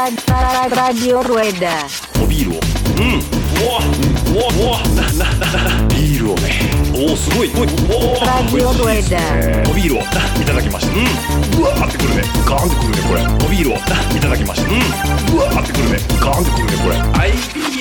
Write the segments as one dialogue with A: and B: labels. A: Radio Rueda.
B: おビールをうんうわうわうわななななビールをねおおすごいおいお
A: Radio
B: お
A: Rueda.
B: おビールをないただきましたうんうわーってくるねガーンってくるねこれおビールをないただきましたうんうわーってくるねガーンってくるねこれ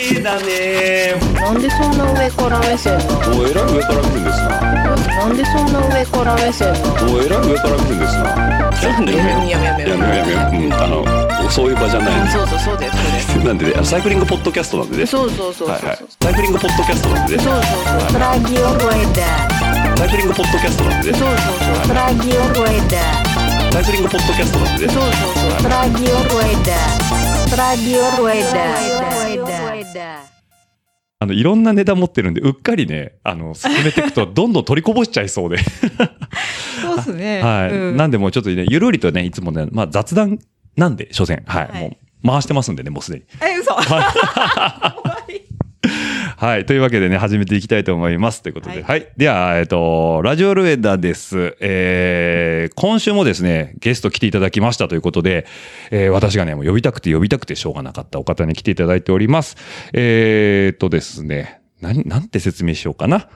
B: IPA だね
C: なんでそんな上から目線なの
B: おえらい上から来るんですな
C: なんでそんな上から目線なの
B: おえらい上から来るんですなちょっとねやめやめやめやめやめやめうんあのそういう場じゃない
C: そうそうそうだよそ
B: なんでねサイクリングポッドキャストなんでね
C: れそうそうそうそうそう
B: はいはいサイクリングポッドキャストなんでね
C: そうそうそう
A: Radio Rueda.
B: サイクリングポッドキャストなんでね
C: そうそうそう
A: Radio Rueda.
B: サイクリングポッドキャストなんでね
C: そうそうそう
A: Radio Rueda. Radio Rueda. Radio Rueda.
D: あの、いろんなネタ持ってるんで、うっかりね、あの、進めていくと、どんどん取りこぼしち ゃいそうで。
E: そうですね。
D: はい。
E: うん
D: なんで、もうちょっとね、ゆるりとね、いつもね、まあ雑談なんで、所詮。はい。
E: はい
D: もう、回してますんでね、もうすでに。
E: え、嘘。
D: はい。というわけでね、始めていきたいと思います。ということで。はい。では、えっと、ラジオルエダです。えー、今週もですね、ゲスト来ていただきましたということで、えー、私がね、もう呼びたくて呼びたくてしょうがなかったお方に来ていただいております。えーっとですね、何、なんて説明しようかな。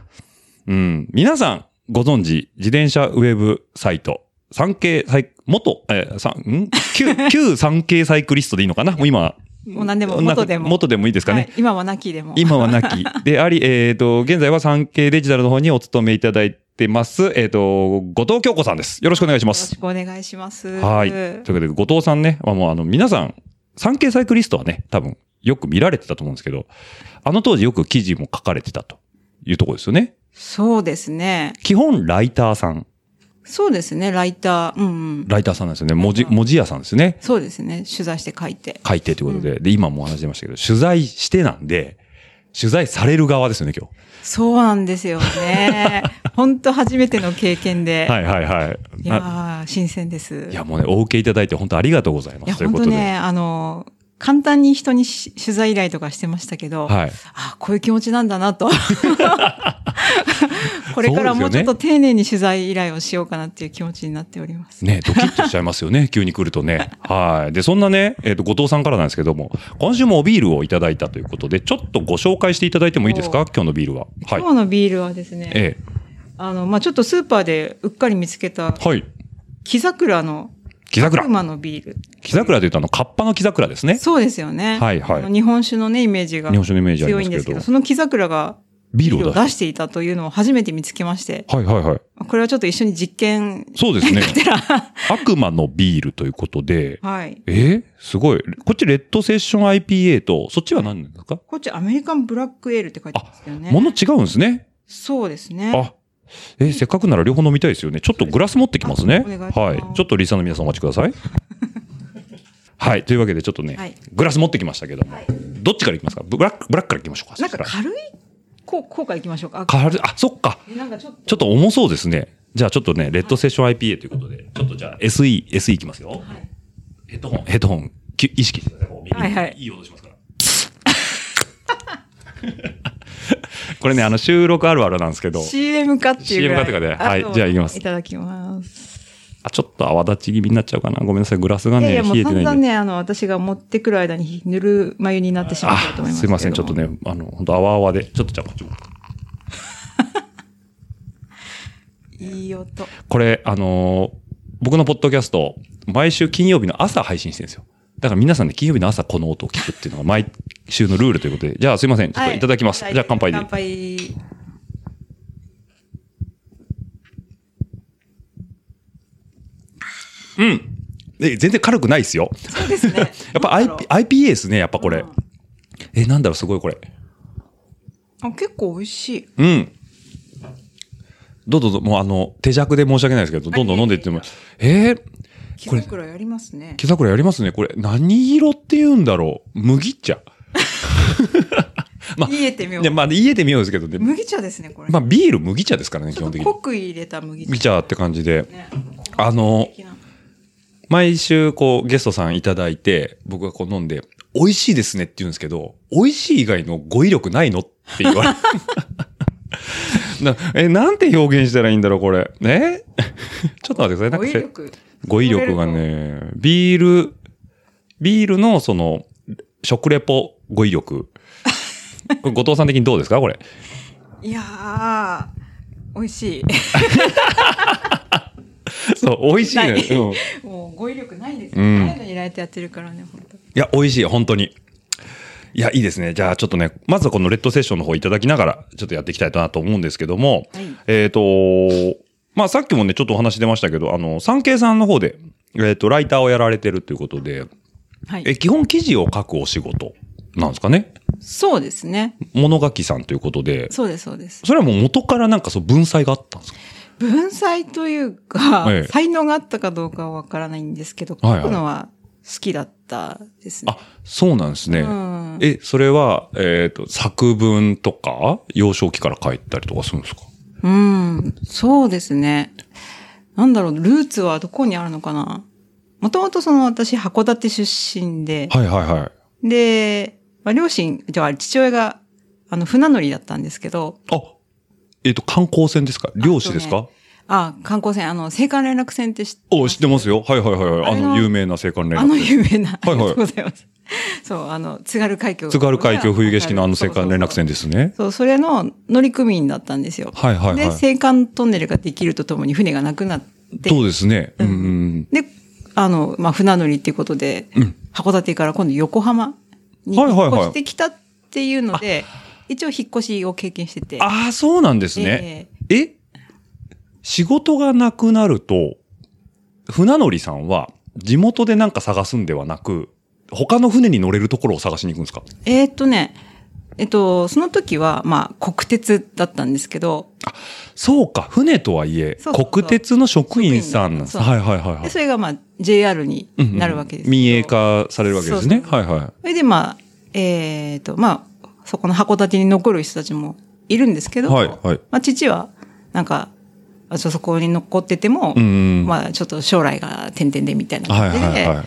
D: うん。皆さん、ご存知、自転車ウェブサイト、産経サイ、元、えー、さん、ん旧、旧産経サイクリストでいいのかなもう今、
E: もう何でも、元でも。
D: 元でもいいですかね。
E: はい今はなきで も。
D: 今はな き。であり、えっ、と、現在は産経デジタルの方にお勤めいただいてます、えっ、と、後藤京子さんです。よろしくお願いしま
E: よろ
D: す
E: し。くお願いします。
D: はい。ということで、後藤さんね、まあもうあの、皆さん、産経サイクリストはね、多分、よく見られてたと思うんですけど、あの当時よく記事も書かれてたというところですよね。
E: そうですね。
D: 基本、ライターさん。
E: そうですね、ライター。うんうん。
D: ライターさんなんですよね。文字、文字屋さんですよね。
E: そうですね、取材して書いて。
D: 書いてということで。で、今もお話し出ましたけど、取材してなんで、取材される側ですよね、今日。
E: そうなんですよ ね。本当初めての経験で。
D: はいはいはいい。
E: や
D: な
E: ー新鮮です。
D: いや、もうね、お受けいただいて本当ありがとうございま
E: いや
D: す。という
E: 本
D: こ
E: 当
D: とで。
E: ね、あの、簡単に人にし取材依頼とかしてましたけど、
D: はい。
E: あこういう気持ちなんだ なと。これからも
D: そう
E: う
D: ですよね
E: ちょっと丁寧に取材依頼をしようかなっていう気持ちになっております。
D: ね、ドキッとしちゃいますよ ね。急に来るとね。はい。で、そんなね、えっ、と、後藤さんからなんですけども、今週もおビールをいただいたということで、ちょっとご紹介していただいてもいいですか
E: お
D: 今日のビールは。はい
E: 今。日のビールはですね、
D: え
E: あの、まあ、ちょっとスーパーでうっかり見つけた、
D: え。はい。
E: 木桜の、
D: 木桜。
E: 熊のビール。
D: 木桜で言うとあの、カッパの木桜ですね。
E: そうですよね。
D: はいはい
E: あの日本酒のね、イメージが
D: 日本酒のイメージあり
E: 強
D: ま
E: い
D: す
E: ん
D: け
E: で
D: ど
E: すけど、その木桜が
D: ビー
E: ビー
D: ル
E: ル
D: を
E: を
D: 出
E: 出
D: し
E: していたというのを初めて見つけまして、
D: はいはいはい。
E: これはちょっと一緒に実験
D: そうです ね。悪魔のビールということで、
E: はい。
D: えーすごい。こっちレッドセッション IPA と、そっちは何なんですか、
E: こっちアメリカンブラックエールって書いてますけどね。
D: もの違うんですね。
E: そうですね。
D: あ、えーせっかくなら両方飲みたいですよね。ちょっとグラス持ってきますね。
E: そうですねあお願
D: はい
E: します
D: い。ちょっとリサの皆さんお待ちください。はい。というわけで、ちょっとね、
E: はい
D: グラス持ってきましたけども、どっちからいきますかブラック、ブラックからいきましょうか。
E: なんか
D: そした
E: 軽い効効果いきましょうか。あ
D: ら軽いあ、そっか。
E: えなんかちょっと。
D: ちょっと重そうですね。じゃあちょっとね、レッドセッション IPA ということで、ちょっとじゃあ SE、SE いきますよ。ヘッドホン、ヘッドホン、き意識してください。こう耳に
E: はいはい
D: いい音しますから。 これね、あの、収録あるあるなんですけど。
E: CM かっていうぐ
D: CM か
E: らい。
D: っていうかねはい
E: あと
D: じゃあいきます
E: いただきます。
D: あ、ちょっと泡立ち気味になっちゃうかな。ごめんなさい。グラスが
E: いや
D: ね、
E: いや、も
D: 冷
E: う
D: えて
E: 散
D: ないんで。
E: 々ね、あの、私が持ってくる間にぬるま湯になってしまったと思います。
D: すいません。ちょっと。ね、あの、本当泡泡で。ちょっとじゃあこっちも。
E: いい音。
D: これ、あのー僕のポッドキャスト、毎週金曜日の朝配信してるんですよ。だから皆さんね、金曜日の朝この音を聞くっていうのが毎週のルールということで。じゃあすいません。ちょっといただきます。
E: はい
D: じゃあ乾杯で。
E: 乾杯。
D: え全然軽くないですよ。
E: そうですね。や
D: やっぱ IP IPA ですね、やっぱこれ。え、なんだろう、すごいこれ。
E: あ、結構美味しい。
D: うん。どうぞどうぞ、もうあの、手弱で申し訳ないですけど、どんどん飲んでいっても。えー、
E: 木
D: これ
E: 桜やりますね。
D: 木桜やりますね。これ、何色って言うんだろう麦茶。まあ
E: 言えてみよ
D: ね、
E: う。
D: まあ、家で見ようですけどね。
E: 麦茶ですね、これ。
D: まあ、ビール麦茶ですからね、基
E: ちょ
D: 本
E: っと
D: 的に。
E: 濃く入れた麦茶。
D: 麦茶って感じで。
E: ね。
D: あの
E: 素、敵な
D: 毎週、こう、ゲストさんいただいて、僕がこう飲んで、美味しいですねって言うんですけど、美味しい以外の語彙力ないのって言 われる。なえ、なんて表現したらいいんだろう、これ。ね ちょっと待ってください。なん
E: 語
D: か
E: 彙
D: せ
E: 力。
D: 語彙力がね、ビール、ビールのその、食レポ語彙力。 これ後藤さん的にどうですかこれ。
E: いやー、美味し
D: そう、美味しいね。
E: ない
D: うんい
E: い。 もう語彙力ないです
D: う
E: よ。
D: ん
E: 前のにライトやってるからね、本当。
D: や、美味しい、本当に。いや、いいですね。じゃあ、ちょっとね、まずはこのレッドセッションの方いただきながら、ちょっとやっていきたいなと思うんですけども、
E: はい
D: えっ、と、まあ、さっきもね、ちょっとお話出ましたけど、あの、産経さんの方で、えっ、と、ライターをやられてるということで、
E: はい
D: え、基本記事を書くお仕事なんですかね
E: そうですね。
D: 物書きさんということで、
E: そうです、そうです。
D: それはもう元からなんかそう文才があったんですか
E: 文才というか、
D: ええ
E: 才能があったかどうかはわからないんですけど、書
D: はいはい
E: くのは好きだったですね
D: あ。、そうなんですね。
E: うん
D: え、それは、えっ、と、作文とか、幼少期から書いたりとかするんですか
E: うん、そうですね。なんだろう、ルーツはどこにあるのかなもともとその私、函館出身で、
D: はいはいはい。
E: で、まあ、両親、じゃあ父親が、あの、船乗りだったんですけど、
D: あ、えっ、と、観光船ですか漁師です
E: あ
D: か
E: とあ、観光船、あの、青函連絡船って知って、
D: お、知ってますよ。はいはいはいはい。あ
E: あれ
D: の、
E: の
D: 有名な青函連
E: あの
D: 絡船。
E: 有名な、あ
D: はい
E: りがとうございます。そう、あの、津軽海峡。
D: 津軽海峡冬景色のあの青函連絡船
E: で。
D: ですね。
E: そう、それの乗組員だったんですよ。
D: はいはい
E: で、青
D: はい。
E: 函トンネルができるとともに船がなくなって、
D: そうですね。うん、うんうん。
E: で、あの、まあ、船乗りっていうことで、
D: うん
E: 函館から今度横浜に
D: は
E: 引
D: いはいはい
E: っ越してきたっていうので、一応引っ越しを経験してて。
D: ああ、そうなんですね。え仕事がなくなると、船乗りさんは地元でなんか探すんではなく、他の船に乗れるところを探しに行くんですか
E: えーっとね、えっと、その時は、まあ、国鉄だったんですけど、
D: そうか、船とはいえ、
E: そうそうそう
D: 国鉄の職員さんなんです。
E: 職員
D: はいはいはいは
E: で
D: い
E: それがまあ、JR に
D: うんうん。
E: なるわけですけど、
D: 民営化されるわけですね。
E: そう
D: はいは
E: それでまあ、えーっと、まあ、そこの函館に残る人たちもいるんですけ
D: い。
E: ど、
D: はいはい。
E: まあ、父は、なんか、あちょそこに残ってても、
D: うんうん。
E: まあ、ちょっと将来が点々でみたいな
D: はい
E: 感じで、
D: はいは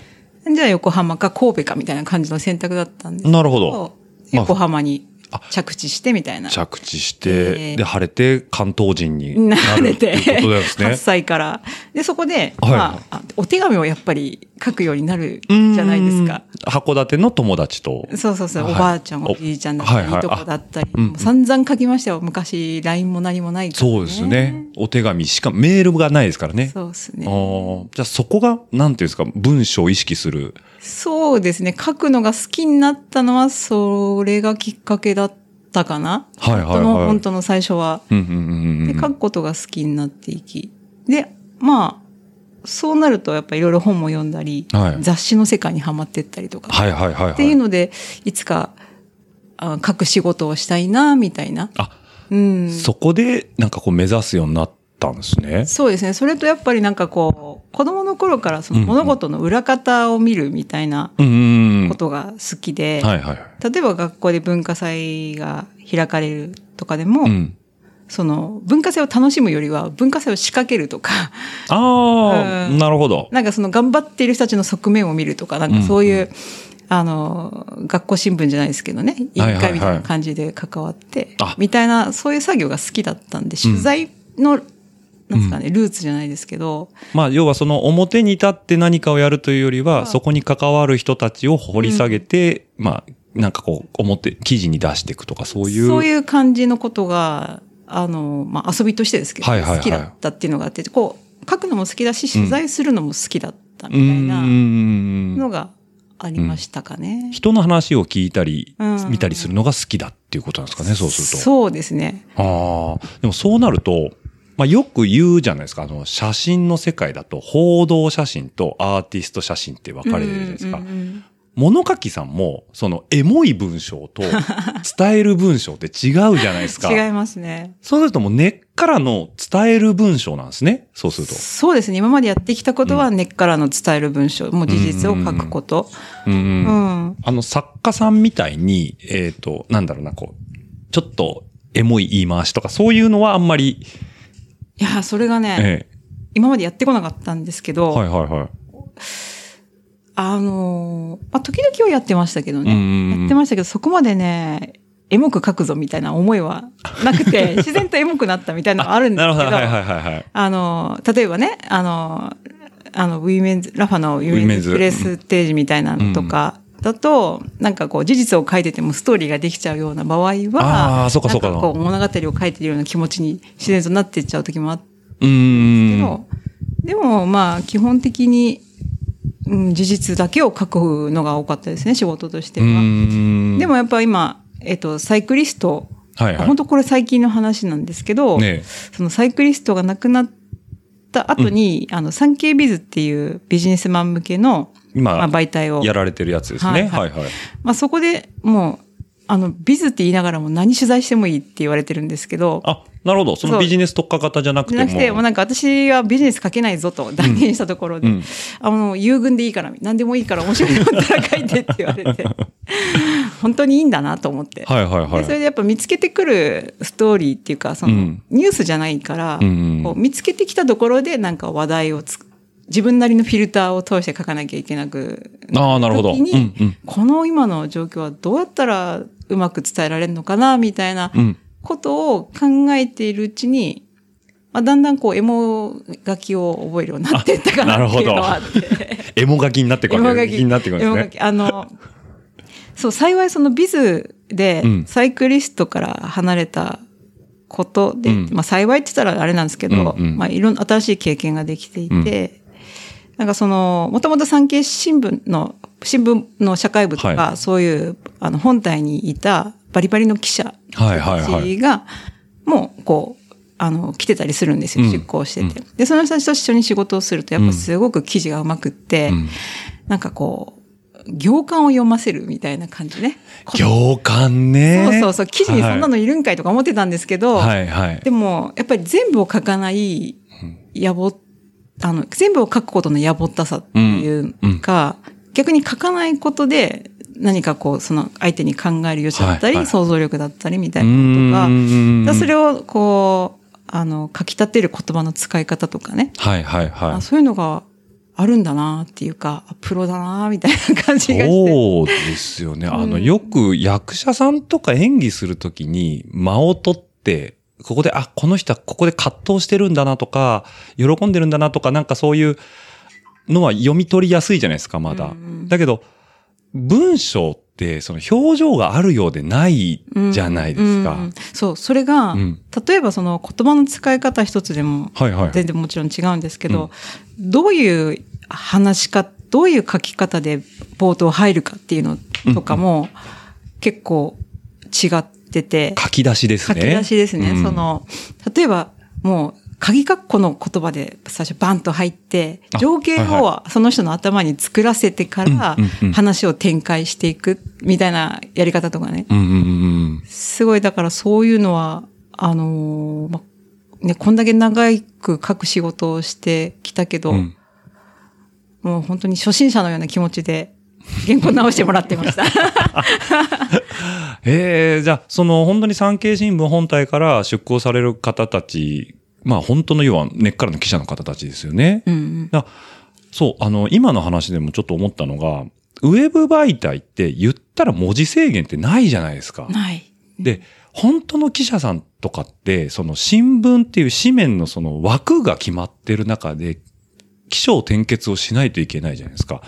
E: じゃあ横浜か神戸かみたいな感じの選択だったんです
D: い。
E: け
D: なるほど。
E: ど、横浜に
D: あ
E: 着地してみたいな。
D: 着地し
E: え
D: て、
E: え
D: で、晴れて関東人にな
E: 慣
D: る
E: れ
D: って
E: て、
D: いうことですね
E: 8 。歳から。で、そこで、
D: はい
E: まあ、あお手紙をやっぱり書くようになるじゃないですか。
D: うん。函館の友達と。
E: そうそうそう、
D: はい
E: おばあちゃん、
D: お
E: おじいちゃんだった
D: はい
E: り、
D: はい
E: いとこだったり、
D: あうん
E: もう散々書きましたよ。昔、LINE も何もないから、
D: そうですね。。お手紙しか、メールがないですからね。
E: そうです
D: あ
E: ね。
D: ーじゃあそこが、なんていうんですか、文章を意識する。
E: そうですね。書くのが好きになったのは、それがきっかけだったかな。
D: はいはいはい
E: 本当の、本当の最初は。
D: うんうんうんうん
E: で、書くことが好きになっていき。で、まあ、そうなるとやっぱいろいろ本も読んだり、
D: はい
E: 雑誌の世界にはまってったりとか、
D: はいはいはいはい。
E: っていうので、いつかあ書く仕事をしたいな、みたいな。
D: あ、
E: うん。
D: そこで、なんかこう目指すようになったんですね。
E: そうですね。それとやっぱりなんかこう、子供の頃からその
D: うんうん
E: 物事の裏方を見るみたいな
D: うんうんうん。
E: こ
D: は
E: とが好きで、
D: いはいはい。
E: 例えば学校で文化祭が開かれるとかでも、
D: うん。
E: その文化祭を楽しむよりは文化祭を仕掛けるとか、
D: ああ、
E: うん
D: なるほど。
E: なんかその頑張っている人たちの側面を見るとか、なんかそういう、あの、学校新聞じゃないですけどね、委員
D: はいはいはい
E: 会みたいな感じで関わって
D: あ、
E: みたいな、そういう作業が好きだったんで、取材の、なんですかね、ルーツじゃないですけど、
D: まあ、要はその表に立って何かをやるというよりは、
E: い
D: そこに関わる人たちを掘り下げて、まあ、なんかこう、表、記事に出していくとか、そういう。
E: そういう感じのことが、あの、まあ、遊びとしてですけど、
D: はいはいはい
E: 好きだったっていうのがあって、こう、書くのも好きだし、取材するのも好きだったみた
D: う
E: いな
D: ー
E: の
D: ん。
E: がありましたかね。
D: 人の話を聞いたり
E: う、ん
D: 見たりするのが好きだっていうことなんですかね、そうすると。
E: そうですね。
D: ああ。でもそうなると、まあ、よく言うじゃないですか。あの、写真の世界だと、報道写真とアーティスト写真って分かれてるじゃないですか。
E: うんうんうん
D: 物書きさんも、その、エモい文章 と、伝える文章って違うじゃないですか。
E: 違いますね。
D: そうするともう根っからの伝える文章なんですね。そうすると。
E: そうですね。今までやってきたことは根っからの伝える文章、もう事実を書くこと。
D: うん
E: う
D: うん
E: ん。
D: あの、作家さんみたいに、えっ、と、なんだろうな、こう、ちょっと、エモい言い回しとか、そういうのはあんまり、
E: いや、それがね、
D: え
E: 今までやってこなかったんですけ
D: え
E: ど、
D: はいはいはい。
E: あのーまあ、時々はやってましたけど
D: うんうんう
E: ね。
D: ん
E: やってましたけど、そこまでね、エモく書くぞみたいな思いはなく て、自然とエモくなったみたいなのはあるんです
D: な
E: け
D: るほ
E: ど、
D: ど、はいはい
E: あ
D: はいはい。
E: のー例えばね、あのーあの、ウィメンズ、ラファのウィ
D: ウィメ
E: メ
D: ン
E: ン
D: ズ
E: ズプレスステージみたいなのとか、だと、なんかこう、事実を書いててもストーリーができちゃうような場合は、
D: あーそうかそうか
E: なんこう、物語を書いてるような気持ちに自然となっていっちゃう時もあって、
D: うーん。
E: でも、まあ、基本的に、うん、事実だけを書くのが多かったですね、仕事として
D: う
E: は。
D: ーん。
E: でもやっぱ今、えっと、サイクリスト、
D: はいはい
E: 本当これ最近の話なんですけど、
D: ねえ
E: そのサイクリストが亡くなった後に、あの、産経ビズっていうビジネスマン向けの、
D: 今、
E: まあ、媒体を、
D: やられてるやつですね。は
E: はいい
D: はい。
E: まあ、そこでもう、あの、ビズって言いながらも何取材してもいいって言われてるんですけど、
D: あ、なるほど。その
E: そう
D: ビジネス特化型じゃなく
E: じ
D: て
E: ゃ
D: も。
E: なくて、もうなんか私はビジネス書けないぞと断言したところで、
D: うんうん
E: あの、優軍でいいから、何でもいいから面白いのあったら書いてって言われ て、本当にいいんだなと思って。
D: はいはいは
E: でそれ
D: い。
E: でやっぱ見つけてくるストーリーっていうか、その、
D: うん
E: ニュースじゃないから、
D: うん
E: こう見つけてきたところでなんか話題をつく自分なりのフィルターを通して書かなきゃいけなく
D: ああ、なるほど。う
E: 時
D: ん
E: に、
D: うん。
E: この今の状況はどうやったらうまく伝えられるのかな、みたいな
D: うん
E: ことを考えているうちに、まあ、だんだんこう、エモ書きを覚えるようになっていったか
D: あなる
E: なっ
D: ほ
E: て
D: ど
E: いうのはあって。
D: エモ書きになってく
E: エ
D: る
E: モ
D: わけ
E: 書
D: で
E: き。
D: す。になってくるん
E: エ
D: で
E: モ
D: す
E: 書
D: ね。
E: きあの、そう、幸いそのビズで
D: うん、
E: サイクリストから離れたことで、
D: うん
E: まあ幸いって言ったらあれなんですけど、
D: うんうん
E: まあいろんな新しい経験ができていて、なんかその、もともと産経新聞の、新聞の社会部とか、
D: は
E: そういう、あの、本体にいたバリバリの記者
D: はいはい
E: 人た
D: はい。
E: ちが、もう、こう、あの、来てたりするんですよ、
D: うん
E: 出向してて。で、その人たちと一緒に仕事をすると、やっぱすごく記事がうまくって、
D: うん
E: なんかこう、行間を読ませるみたいな感じね。こ
D: 行間ね。
E: そうそうそう、記事にそんなのいるんかいとか思ってたんですけど、
D: はいはいはい。
E: でも、やっぱり全部を書かない、やぼ、あの、全部を書くことのやぼったさっていうか、逆に書かないことで、何かこう、その相手に考える余地だったり、
D: はいはい
E: 想像力だったりみた
D: う
E: いなことが、
D: ー
E: だ
D: ん
E: それをこう、あの、書き立てる言葉の使い方とかね。
D: はいはいは
E: あそういうのがあるんだなっていうか、あプロだなみたいな感じがして。
D: そうですよね。あの、よく役者さんとか演技するときに間を取って、ここで、あ、この人はここで葛藤してるんだなとか、喜んでるんだなとか、なんかそういうのは読み取りやすいじゃないですか、まだ。
E: うんうん
D: だけど、文章って、その表情があるようでないじゃないですか。
E: うんうんそう、それが、
D: うん
E: 例えばその言葉の使い方一つでも、
D: はいはい。
E: 全然もちろん違うんですけど、どういう話し方、どういう書き方で冒頭入るかっていうのとかも、結構違ってて。
D: 書き出しです
E: 書
D: ね。
E: き出しですね。
D: うん
E: そ、の、例えば、もう、鍵括弧の言葉で最初バンと入って
D: あ、
E: 情景
D: はい
E: をその人の頭に作らせてから
D: うんうんうん
E: 話を展開していくみたいなやり方とかね。
D: うんうんうん
E: すごい、だからそういうのは、あのーま、ね、こんだけ長く書く仕事をしてきたけど、
D: うん。うん
E: もう本当に初心者のような気持ちで原稿直してもらってま した。
D: ええじゃあ、その本当に産経新聞本体から出向される方たち、まあ本当の要は根っからの記者の方たちですよね。
E: うんうん
D: だそう、あの、今の話でもちょっと思ったのが、ウェブ媒体って言ったら文字制限ってないじゃないですか。
E: ない。
D: で、本当の記者さんとかって、その新聞っていう紙面のその枠が決まってる中で、起承転結をしないといけないじゃないですか。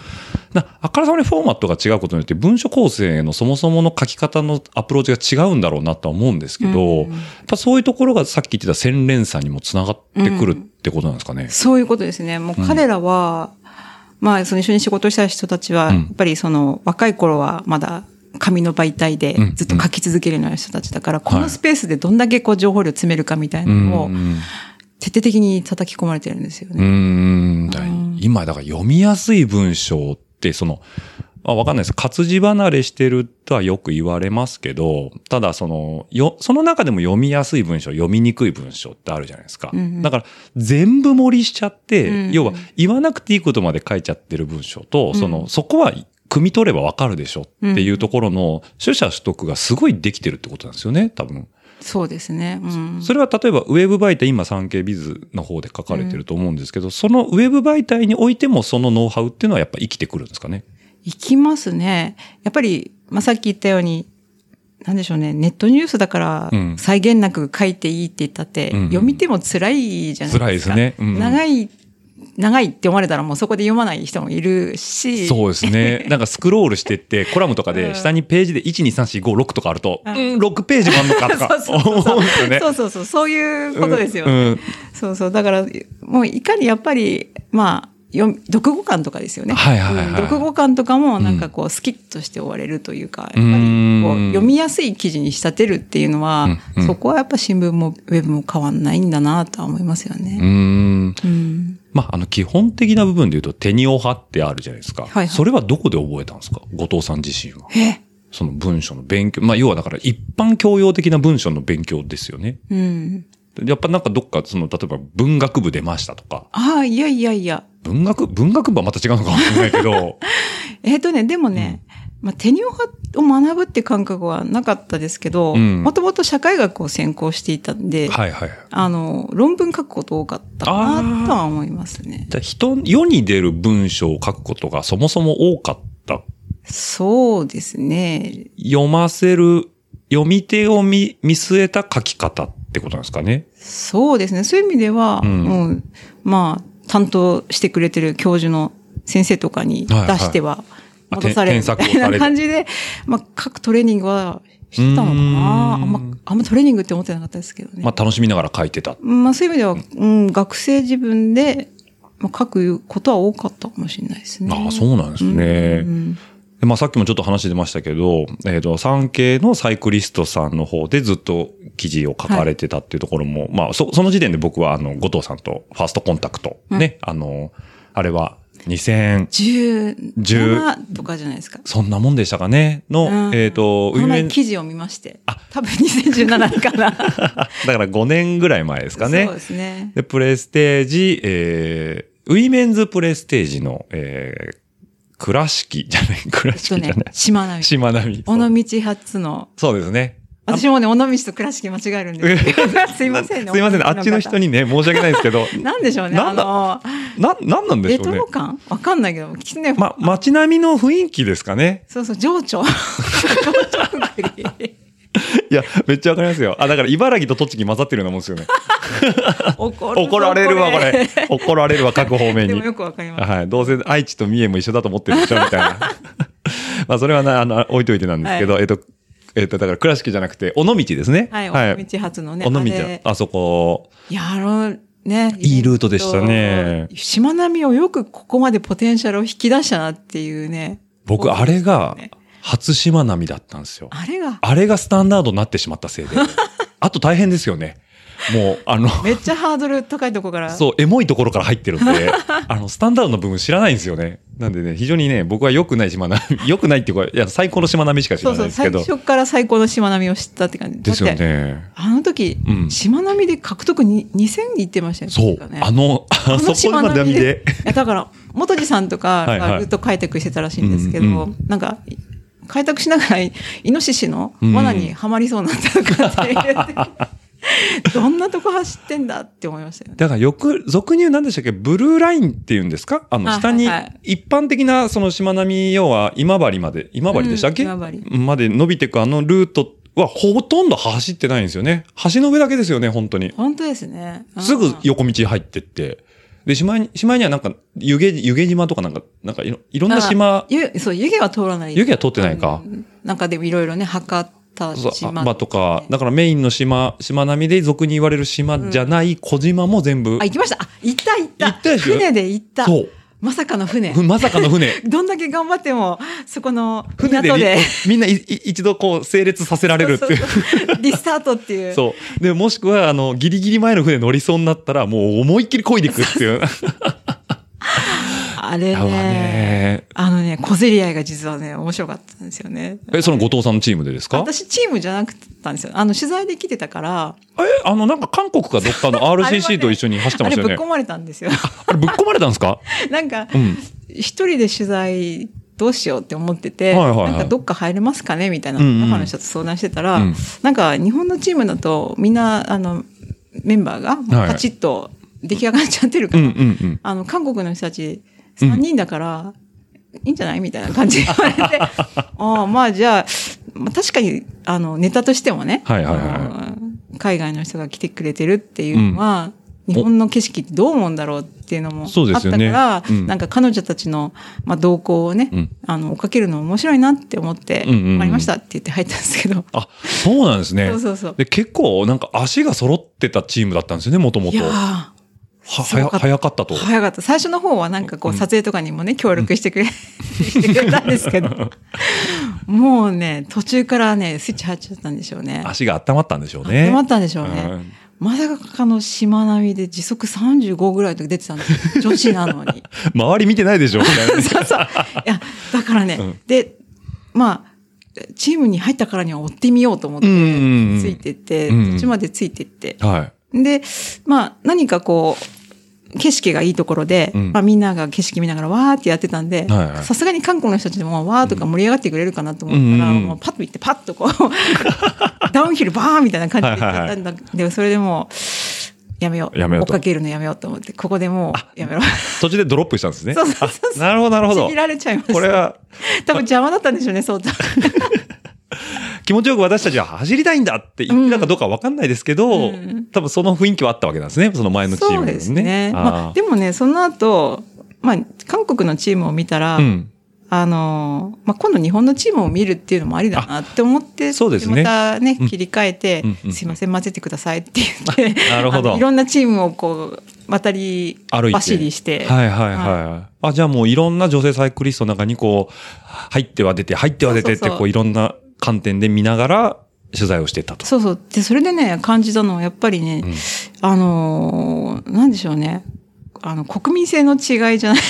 D: な、あからさまにフォーマットが違うことによって文書構成のそもそもの書き方のアプローチが違うんだろうなとは思うんですけど、
E: うん
D: やっぱそういうところがさっき言ってた洗練さにもつながってくるってことなんですかね。
E: そういうことですね。もう彼らは、まあ、その一緒に仕事した人たちは、
D: うん
E: やっぱりその若い頃はまだ紙の媒体で
D: うん
E: ずっと書き続けるような人たちだから、こ
D: はい
E: のスペースでどんだけこう情報量詰めるかみたいなのを
D: うん
E: 徹底的に叩き込まれてるんですよ
D: うー
E: ね。
D: ん。だ
E: うん
D: 今、だから読みやすい文章って、その、あわかんないです。活字離れしてるとはよく言われますけど、ただその、よ、その中でも読みやすい文章、読みにくい文章ってあるじゃないですか。
E: うんうん
D: だから、全部盛りしちゃって、
E: うんうん
D: 要は、言わなくていいことまで書いちゃってる文章と、その、そこは、汲み取ればわかるでしょっていうところの、取捨取得がすごいできてるってことなんですよね、多分。
E: そうですね。うん。
D: それは例えばウェブ媒体、今産経ビズの方で書かれてると思うんですけど、そのウェブ媒体においてもそのノウハウっていうのはやっぱ生きてくるんですかね。
E: いきますね。やっぱり、まあ、さっき言ったように、なんでしょうね、ネットニュースだから
D: うん、
E: 再現なく書いていいって言ったって、
D: うんうん
E: 読み手も辛いじゃないですか。
D: 辛いですねうんうん
E: 長い長いって思われたらもうそこで読まない人もいるし、
D: そうですね。なんかスクロールしてって、コラムとかで、下にページで1,2,3,4,5,6とかあると、うん、6ページもあんのかとか
E: そう
D: 思
E: そうそう
D: うんですよね。
E: そうそうそう、そういうことですよね。
D: うんうん
E: そうそう。だから、もういかにやっぱり、まあ、読み読語感とかですよね。
D: はいはいはい
E: うん読語感とかも、なんかこう、スキッとして終われるというか、
D: う
E: やっぱ
D: ん
E: りこう、読みやすい記事に仕立てるっていうのは、
D: うんうん
E: そこはやっぱ新聞もウェブも変わんないんだなとは思いますよ
D: う
E: ね。
D: ん。
E: うん。
D: まあ、あの、基本的な部分で言うと、手におはってあるじゃないですか。
E: いはい
D: それはどこで覚えたんですか後藤さん自身は。
E: え
D: その文章の勉強。まあ、要はだから一般教養的な文章の勉強ですよね。
E: うん。
D: やっぱなんかどっか、その、例えば文学部出ましたとか、
E: ああ、いやいやいや。
D: 文学、文学部はまた違うのかもしれない けど、
E: えっ、とね、でもね、まあ、テニオ派を学ぶって感覚はなかったですけど、
D: うん
E: もともと社会学を専攻していたんで、
D: はいはいはい。
E: あの、論文書くこと多かったかなとは思いますね。
D: じゃあ人、世に出る文章を書くことがそもそも多かった。
E: そうですね。
D: 読ませる、読み手を見、見据えた書き方ってことなんですかね。
E: そうですね。そういう意味では、
D: う
E: うんん、まあ、担当してくれてる教授の先生とかに出
D: はいはい
E: しては、
D: あ
E: 戻される
D: 添
E: み
D: 添削を
E: た
D: される
E: いな感じで、まあ、書くトレーニングはしてたのか
D: うーん
E: な。あんま、あんまトレーニングって思ってなかったですけどね。
D: まあ楽しみながら書いてた。
E: まあそういう意味では、うん、学生自分で、まあ、書くことは多かったかもしれないですね。
D: ああ、そうなんですね。
E: うん
D: でまあ、さっきもちょっと話出ましたけど、えっ、と、産経のサイクリストさんの方でずっと記事を書かれてたっていうところも、まあ、そ、その時点で僕は、あの、後藤さんとファーストコンタクト、ね、あの、あれは、2000、
E: 17とかじゃないですか。
D: そんなもんでしたかねの、
E: うん
D: えっ、と、
E: この前
D: 運営
E: 記事を見まして。多分2017年か
D: だ
E: な。
D: から5年ぐらい前ですかね。
E: そうですね。
D: で、プレステージ、えー、ウィメンズプレステージの、えー、倉敷じゃない、倉
E: えっと
D: 敷じゃ
E: ね
D: ない、。
E: しまなみ。
D: しまなみ。
E: 尾
D: そう
E: 道発の、
D: そうですね。
E: 私もね、尾道と倉敷間違えるんですけど すいませんね。
D: すいません、あっちの人
E: に。
D: にね、申し訳ないですけど、
E: なんでしょうね。
D: な
E: あ
D: んだ
E: の、
D: な、なんなんで
E: レ
D: しょ
E: ト
D: うね
E: ロ。感わかんないけど、きつね、
D: ま、街並みの雰囲気ですかね。
E: そうそう、 情緒。情緒ぐり。
D: いや、めっちゃわかりますよ。あ、だから茨城と栃木混ざってるようなもんですよ ね。
E: 怒るぞ
D: 怒られるわ、これ。。怒られるわ、各方面
E: で
D: に
E: も。よくわかります。
D: はい。どうせ愛知と三重も一緒だと思ってるでしょ、みたいな。 まあ、それはな、あの、置いといてなんですけど、えっと、えっと、だから倉敷じゃなくて、尾道ですね。
E: はい、尾道発のね。
D: 尾道
E: あれ
D: あそこ。
E: いや、あの、ね。
D: いいルートでしたね
E: えっとしまなみをよくここまでポテンシャルを引き出したなっていうね。
D: 僕、あれが
E: ね、
D: 初島並だったんですよ。
E: あれが、
D: あれがスタンダードになってしまったせい で。あと大変ですよね。もう、あの、
E: めっちゃハードル高いとこから。
D: そう、エモいところから入ってるん で、あの、スタンダードの部分知らないんですよね。なんでね、非常にね、僕は良くない 島並み、良くないっていうか、いや、最高の島並みしか知
E: そ
D: ら
E: う
D: ない
E: そ
D: で
E: う、
D: すけ
E: 最
D: ど。
E: 初から最高のしまなみを知ったって感じ。
D: ですよ
E: だって
D: ね。
E: あの時
D: うん、
E: しまなみで獲得に2000いってましたよ
D: そう
E: 確か。ね
D: あの、あそこまで網で。
E: いやだから元次さんとか
D: はいはい
E: がずっと開拓してたらしいんですけど、
D: うんうん
E: なんか開拓しながらイノシシの
D: ん
E: 罠にはまりそうになったとかって言ってどんなとこ走ってんだって思いましたよね。
D: だから、よく、俗に言う何でしたっけブルーラインっていうんですかあの、
E: あ
D: 下に
E: はいはい、
D: 一般的な、その島並み、要は今治まで、今治でしたっけ、
E: うん今治
D: まで伸びてくあのルートは、ほとんど走ってないんですよね。橋の上だけですよね、本当に。
E: 本当ですね。うん
D: すぐ横道入ってって。で、島に、島にはなんか、湯気、湯気島とかなんか、なんかいろ、いろんな島
E: あ、湯そう湯気は通らない。
D: 湯気は通ってないか。
E: うんなんかでもいろいろね博多
D: そう、あ
E: 島
D: まあとか、だからメインの島、島並みで俗に言われる島じゃない小島も全部
E: あ、行きました。あ行った行った。
D: 行ったでしょ
E: 船で行った。
D: そう。
E: まさかの船。
D: ふまさかの船。
E: どんだけ頑張ってもそこの
D: 船で
E: 港で。
D: みみんないい一度こう整列させられるっていう。
E: そうそう そうリスタートってい う。
D: そう。で、もしくは、あの、ギリギリ前の船乗りそうになったら、もう思いっきり漕いでいくって いう。
E: あれ
D: やば
E: ね。
D: ね。
E: あのね、小競り合いが実はね、面白かったんですよね。
D: え、その後藤さんのチームでですか
E: 私、チームじゃなかったんですよ。あの、取材で来てたから、
D: え、あの、なんか韓国かどっかの
E: あれは
D: RCC
E: ね
D: と一緒に走ってましたよね。
E: あれぶっ込まれたんですよ。
D: あれぶっ込まれたんですか
E: なんか
D: うん、
E: 一人で取材どうしようって思ってて、
D: はいはいはい
E: なんかどっか入れますかねみたいな、
D: うんうん
E: 中の人と相談してたら、
D: うん
E: なんか日本のチームだと、みんな、あの、メンバーが、
D: はい
E: パチッと出来上がっちゃってる
D: う
E: か
D: ん
E: ら、
D: うんうん。
E: あの、韓国の人たち3人だから、いいんじゃないみたいな感じで言われて、あ あ、まあじゃあ、まあ、確かに、あの、ネタとしてもね、
D: はいはいはい
E: あの海外の人が来てくれてるっていうのは、日本の景色ってどう思うんだろうっていうのもあっ
D: そうで
E: た
D: すよ
E: か
D: ね
E: ら、
D: うん
E: なんか彼女たちの、まあ、動向をね、
D: うん
E: あの、追っかけるの面白いなって思って、
D: うんうんうん
E: わかりましたって言って入ったんですけど、
D: あ、そうなんですね。
E: そうそうそう
D: で、結構、なんか足が揃ってたチームだったんですよね、もとも
E: い
D: と。
E: やー
D: は、
E: す
D: 早
E: ごかった
D: 早かったと。
E: 早かった。最初の方はなんかこう、
D: うん
E: 撮影とかにもね、協力してくれ、してくれたんですけ ど、もうね、途中からね、スイッチ入っちゃったんでしょうね。
D: 足が温まったんでしょうね。
E: 決まったんでしょうね。
D: うん
E: まさかのしまなみで時速35ぐらいとか出てたん ですよ。女子なのに。
D: 周り見てないでしょうね。
E: そうそう。いや、だからね、
D: うん
E: で、まあ、チームに入ったからには追ってみようと思って、
D: うんうんうん
E: ついてって、
D: うんうん
E: 途中までついてって。
D: はい。
E: で、まあ、何かこう、景色がいいところで、
D: うん
E: まあみんなが景色見ながらわーってやってたんで
D: はいは、い
E: さすがに韓国の人たちでもわーとか盛り上がってくれるかなと思ったら、
D: うんうんうん
E: もうパッと行ってパッとこ う、ダウンヒルバーンみたいな感じで行っちゃったんだでもそれでもう、やめよう。
D: やめようと
E: 追っかけるのやめようと思って、ここでもう、やめろ。
D: 途中でドロップしたんですね。
E: そうそうそう
D: あなるほど、なるほど
E: ちぎ。られちゃいました。
D: これは、
E: 多分邪魔だったんでしょう ね、そう。
D: 気持ちよく私たちは走りたいんだって言ったかどうかわかんないですけど、
E: うん
D: 多分その雰囲気はあったわけなんですね。その前のチーム
E: そう
D: に
E: ですね。ま
D: あ
E: あ、
D: ー
E: でもね、その後、まあ、韓国のチームを見たら、
D: うん。
E: あの、まあ、今度日本のチームを見るっていうのもありだなって思って、
D: そうですね
E: またね
D: うん、
E: 切り替えて、
D: うんうん
E: すいません、混ぜてくださいって言って、
D: なるほど
E: あのいろんなチームをこう、渡り、
D: 歩いて
E: 走りして、
D: はいはいはい。あ、じゃあもういろんな女性サイクリストの中にこう、入っては出て、入っては出てっ
E: そ
D: て、
E: うそうそう
D: こういろんな観点で見ながら取材をしてたと。
E: そうそう。で、それでね、感じたのは、やっぱりね、
D: うん
E: あのーなんでしょうね。あの、国民性の違いじゃない、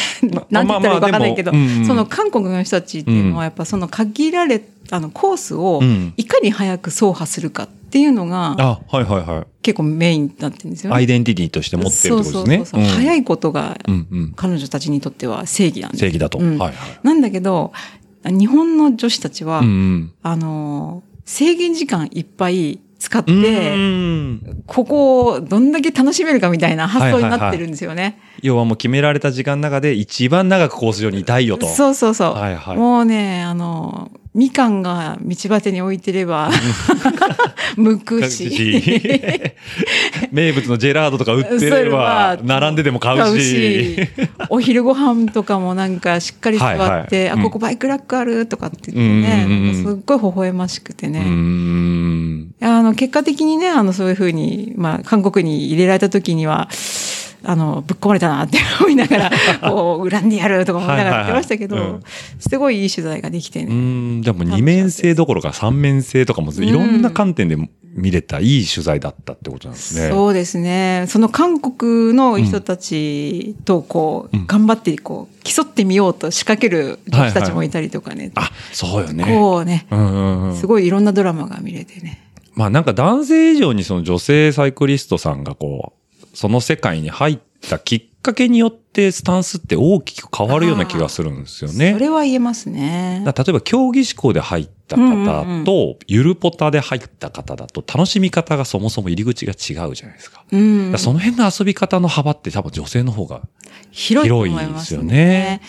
E: なんて言ったらいいかわかんないけど、
D: まあまあでもうんうん
E: その韓国の人たちっていうのは、やっぱその限られ、あの、コースを
D: うん、
E: いかに早く走破するかっていうのが、
D: あ、はいはいはい。
E: 結構メインになってるんですよ
D: ア
E: ね。
D: イデンティティとして持ってるってことですね。
E: そうそうそうそう
D: うん
E: 早いことが、
D: うんうん。
E: 彼女たちにとっては正義なんです。
D: 正義だと。
E: うん
D: はいはい。
E: なんだけど、日本の女子たちは、
D: うんうん。
E: あのー制限時間いっぱい使って、
D: うん。
E: ここをどんだけ楽しめるかみたいな発想になってるんですよね。
D: 要はもう決められた時間の中で一番長くコース上にいたいよと。
E: そうそうそう。
D: はいはい
E: もうね、あの、みかんが道端に置いてれば、 むくし。
D: 名物のジェラードとか売ってれば、
E: それは
D: 並んででも買
E: 買
D: う
E: う
D: し。
E: し、お昼ご飯とかもなんかしっかり座って、
D: はいはいうん
E: あ、ここバイクラックあるとかって言ってね、
D: うんうんうん
E: なんかすっごい微笑ましくてね。
D: うん。
E: あの、結果的にね、あの、そういうふうに、まあ、韓国に入れられた時には、あの、ぶっ込まれたなって思い ながら、こう、恨んでやるとか思いながらやってましたけ
D: はいはいはいう
E: ど
D: ん、
E: すごいいい取材ができて
D: う
E: ね。
D: ん、じゃあもう二面性どころか三面性とかもいろんな観点で見れたいい取材だったってことなんですね。
E: そうですね。その韓国の人たちと、こう、
D: うん
E: 頑張って、こう、競ってみようと仕掛ける女子たちもいたりとかね。
D: あ、そうよね。
E: こうね、
D: うんうんうん
E: すごいいろんなドラマが見れてね。
D: まあなんか男性以上にその女性サイクリストさんがこう、その世界に入ったきっかけによってスタンスって大きく変わるような気がするんですよ
E: そ
D: ね。
E: れは言えますね。
D: だから例えば競技志向で入った
E: うんうんう
D: 方
E: ん
D: と、ゆるポタで入った方だと楽しみ方がそもそも入り口が違うじゃないですか。
E: う
D: だか
E: ん
D: ら。その辺の遊び方の幅って多分女性の方が。
E: 広いと思います
D: 広いですよね。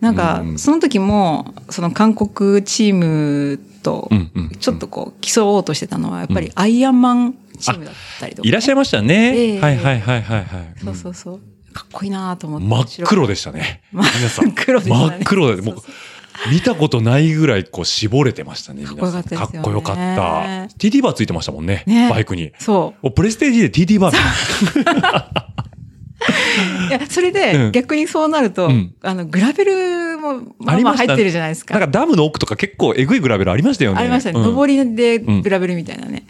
E: なんか、
D: うん
E: その時も、その韓国チームと
D: う、んうん。
E: ちょっとこう、競おうとしてたのは、やっぱりアイアンマンチームだったりとかね、
D: いらっしゃい
E: ま
D: ましたね。
E: ええ
D: はいはいはいはいはい。
E: そうそうそう。かっこいいなと思って。
D: 真っ黒で
E: し
D: したね。
E: 真
D: 皆さん。
E: っ黒でしたね
D: 真っ黒で、もう
E: そうそ、
D: 見たことないぐらい、こう、絞れてましたね、
E: かっこよかったですよね
D: 皆さんかっこよかった。TT バーついてましたもんね、
E: ね
D: バイクに。
E: そ
D: おプレステージで TT バー
E: う。いや、それ
D: う
E: で、
D: ん
E: 逆にそうなると、
D: うん
E: あの、グラベルも、
D: あ
E: まあ
D: りま
E: まあ
D: した
E: 入ってるじゃないですか。
D: なんかダムの奥とか結構えぐいグラベルありましたよね。
E: ありましたね。
D: うん
E: 上りで
D: うん
E: グラベルみたいなね。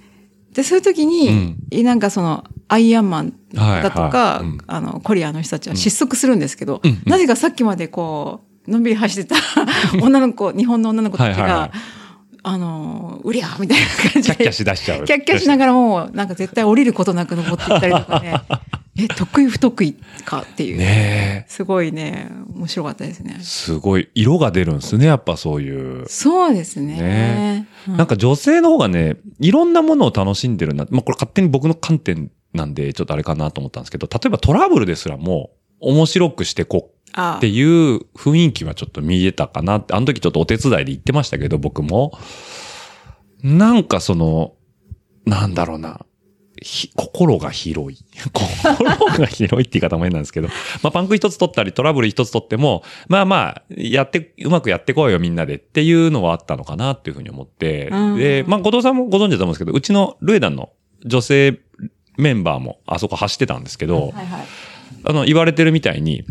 E: で、そういう時に、なんかその、アイアンマンだとか、
D: はいはいうん
E: あの、コリアの人たちは失速するんですけど、
D: うんうん
E: なぜかさっきまでこう、のんびり走ってた女の子、日本の女の子たちが、
D: はいはいはい
E: あの、うりゃーみたいな感
D: キ
E: じ
D: ャッキャ
E: で、
D: し出しちゃう。
E: キャッキャしながらもう、なんか絶対降りることなく登っていったりと かね、え、得意不得意かっていう。
D: ねえ。
E: すごいね、面白かったですね。
D: すごい、色が出るんですね、やっぱそういう。
E: そうですね。
D: ね
E: うん
D: なんか女性の方がね、いろんなものを楽しんでるな。まあ、これ勝手に僕の観点なんで、ちょっとあれかなと思ったんですけど、例えばトラブルですらも、面白くしてこう
E: あ
D: っていう雰囲気はちょっと見えたかなって、あの時ちょっとお手伝いで言ってましたけど、僕も。なんかその、なんだろうな。ひ心が広い。 心が広いって言い方も変なんですけど、まあ、パンク一つ取ったり、トラブル一つ取っても、まあまあ、やって、うまくやってこいよ、みんなでっていうのはあったのかなっていうふうに思って
E: う、ん
D: で、まあ、後藤さんもご存知だと思うんですけど、うちのルエダンの女性メンバーもあそこ走ってたんですけど、
E: はいはい。
D: あの、言われてるみたいに、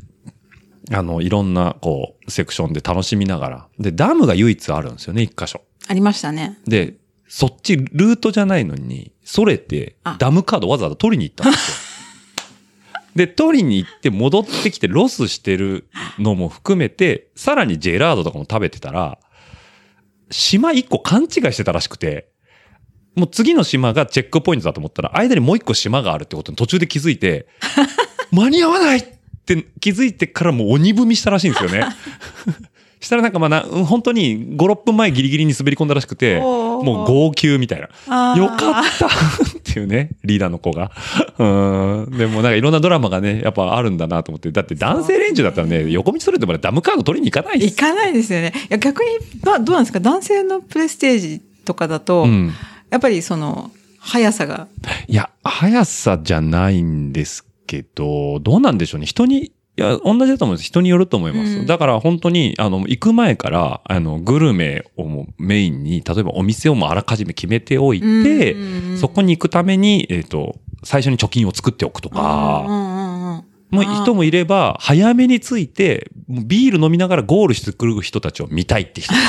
D: あの、いろんな、こう、セクションで楽しみながら。で、ダムが唯一あるんですよね、一箇所。
E: ありましたね。
D: で、そっち、ルートじゃないのに、それて
E: あ、
D: ダムカードわざわざ取りに行ったんですよ。で、取りに行って戻ってきてロスしてるのも含めて、さらにジェラードとかも食べてたら、島一個勘違いしてたらしくて、もう次の島がチェックポイントだと思ったら、間にもう一個島があるってことに途中で気づい て、間に合わないって気づいてからもう鬼踏みしたらしいんですよ ね。したらなんかまあな、うん本当に5、6分前ギリギリに滑り込んだらしくて、
E: おー
D: もう号泣みたいな。
E: あー
D: よかったっていうね、リーダーの子が。うん。でもなんかいろんなドラマがね、やっぱあるんだなと思って。だって男性連中だったらね、横道それてもらダムカード取りに行かないで
E: 行
D: す。
E: かないですよね。いや、逆に、まあ、どうなんですか男性のプレステージとかだと、
D: うん。
E: やっぱりその、速さが。
D: いや、速さじゃないんですけど、どうなんでしょうね。人に、いや、同じだと思うんです。人によると思います。
E: うん
D: だから本当に、あの、行く前から、あの、グルメをもうメインに、例えばお店をもうあらかじめ決めておいて、
E: うん
D: そこに行くために、えっ、と、最初に貯金を作っておくとか、
E: うんうんうんうん
D: もう
E: あー、
D: 人もいれば、早めに着いて、もうビール飲みながらゴールしてくる人たちを見たいって人も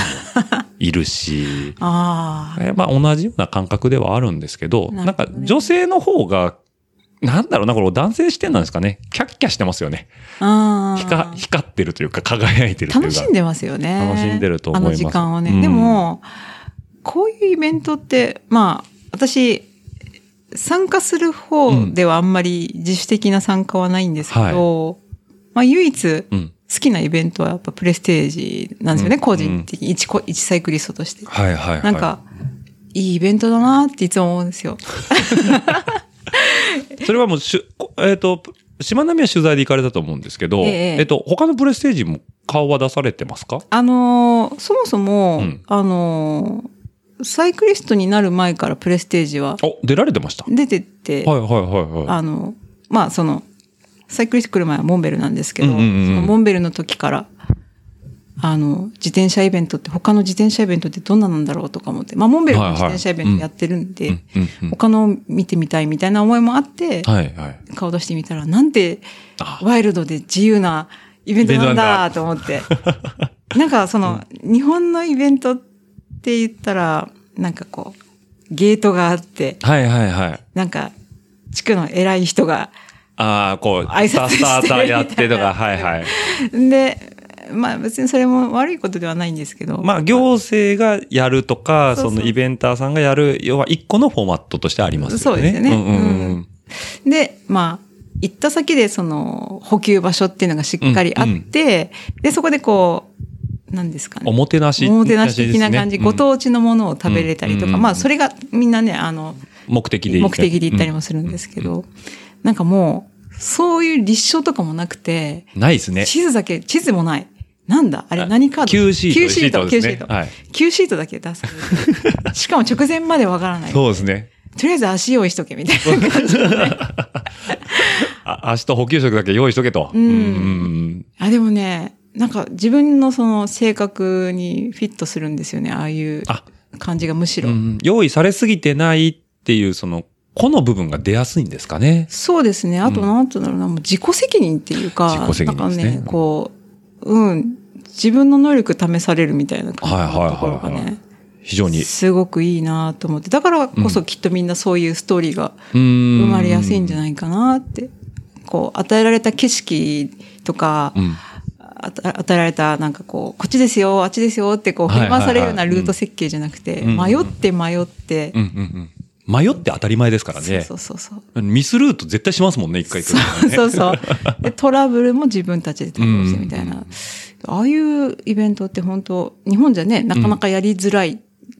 D: いるし
E: ああ。
D: えまあ同じような感覚ではあるんですけど、
E: な
D: な
E: る
D: ん
E: ほど
D: か
E: ね
D: 女性の方が、なんだろうな、これ男性視点なんですかね。キャッキャしてますよね。
E: あ
D: ひか
E: あ。
D: 光ってるというか、輝いてるというか。
E: 楽しんでますよね。
D: 楽しんでると思います
E: あの時間をね。
D: うん
E: でも、こういうイベントって、まあ、私、参加する方ではあんまり自主的な参加はないんですけど、まあ、唯一、
D: うん。
E: 好きなイベントはやっぱプレステージなんですよね、
D: うん
E: 個人的に、一こ一サイクリストとして。
D: はいはいはい。
E: なんか、いいイベントだなっていつも思うんですよ。
D: それはもうしゅ、こえっ、と、島並みは取材で行かれたと思うんですけど、
E: ええ
D: えっ、と、他のプレステージも顔は出されてますか
E: あのーそもそも、
D: うん
E: あのーサイクリストになる前からプレステージは
D: お、出られてました。はい
E: 出てって、
D: はいはいはい。
E: あの、まあその、サイクリスト来る前はモンベルなんですけど、
D: うんうんうんうん
E: そのモンベルの時から、あの、自転車イベントって、他の自転車イベントってどんななんだろうとか思って、まあモンベルの自転車イベントやってるんで、
D: うんうんうん
E: 他の見てみたいみたいな思いもあって、
D: はいはい。
E: 顔出してみたら、なんて
D: あ
E: ワイルドで自由なイベントなんだと思 って。なんかその、日本のイベントって言ったら、なんかこう、ゲートがあって、
D: はいはいはい。
E: なんか、地区の偉い人が、
D: ああ、こう、
E: 挨拶して
D: スターターやってとか、はい はい。
E: で、まあ別にそれも悪いことではないんですけど、
D: まあ、行政がやるとか、
E: そうそ
D: そうのイベンターさんがやる、要は一個のフォーマットとしてありますよね。
E: そうですよね
D: うんうんうん。
E: で、まあ、行った先でその補給場所っていうのがしっかりあって、で、そこでこう、何ですかね。
D: おもてなし。
E: おもてなし的な感じ、
D: ですね
E: ご当地のものを食べれたりとか、
D: うん
E: まあそれがみんなね、あの、
D: うん目的で
E: 目的で行ったり
D: も。
E: もするんですけど、なんかもう、そういう立証とかもなくて、
D: うんないですね。
E: 地図だけ、地図もない。なんだあれ
D: あ
E: 何カード
D: Q シート
E: Q シー
D: シ
E: ト、
D: ートですね
E: Q シート。
D: はい
E: Q シートだ け出される。しかも直前までわからない。と
D: そうです ね。
E: りあえず足用意しとけ、みたいな感じ。
D: あ明日補給食だけ用意しとけと。
E: ん
D: うん
E: あ、でもね、なんか自分のその性格にフィットするんですよね、ああいう
D: あ
E: 感じがむし
D: う
E: ろ。
D: ん。用意されすぎてないっていう、その、個の部分が出やすいんですかね。
E: そうですね。あと、なんていうんだろうな、もう自己責任っていうか、
D: 自己責任ですね
E: なんかね、こう、うん、自分の能力試されるみたいな感じ
D: はいはいはいは
E: の
D: い
E: ところがね、
D: 非常に。
E: すごくいいなと思って。だからこそきっとみんなそういうストーリーが生
D: 生
E: まれやすいんじゃ
D: い
E: ないかなって。こう、与えられた景色とか、
D: うん。
E: あた与えられた、なんかこう、こっちですよ、あっちですよって、こう、
D: はいはい
E: 振り
D: はい
E: 回されるようなルート設計じゃなくて、
D: うん
E: 迷って迷って、
D: うんうんうん。迷って当たり前ですからね。
E: そうそうそうそう。
D: ミスルート絶対しますもんね、一回一回。
E: そうそうそう。で、トラブルも自分たちで対応してみたいな。ああいうイベントって本当、日本じゃね、なかなかやりづらい。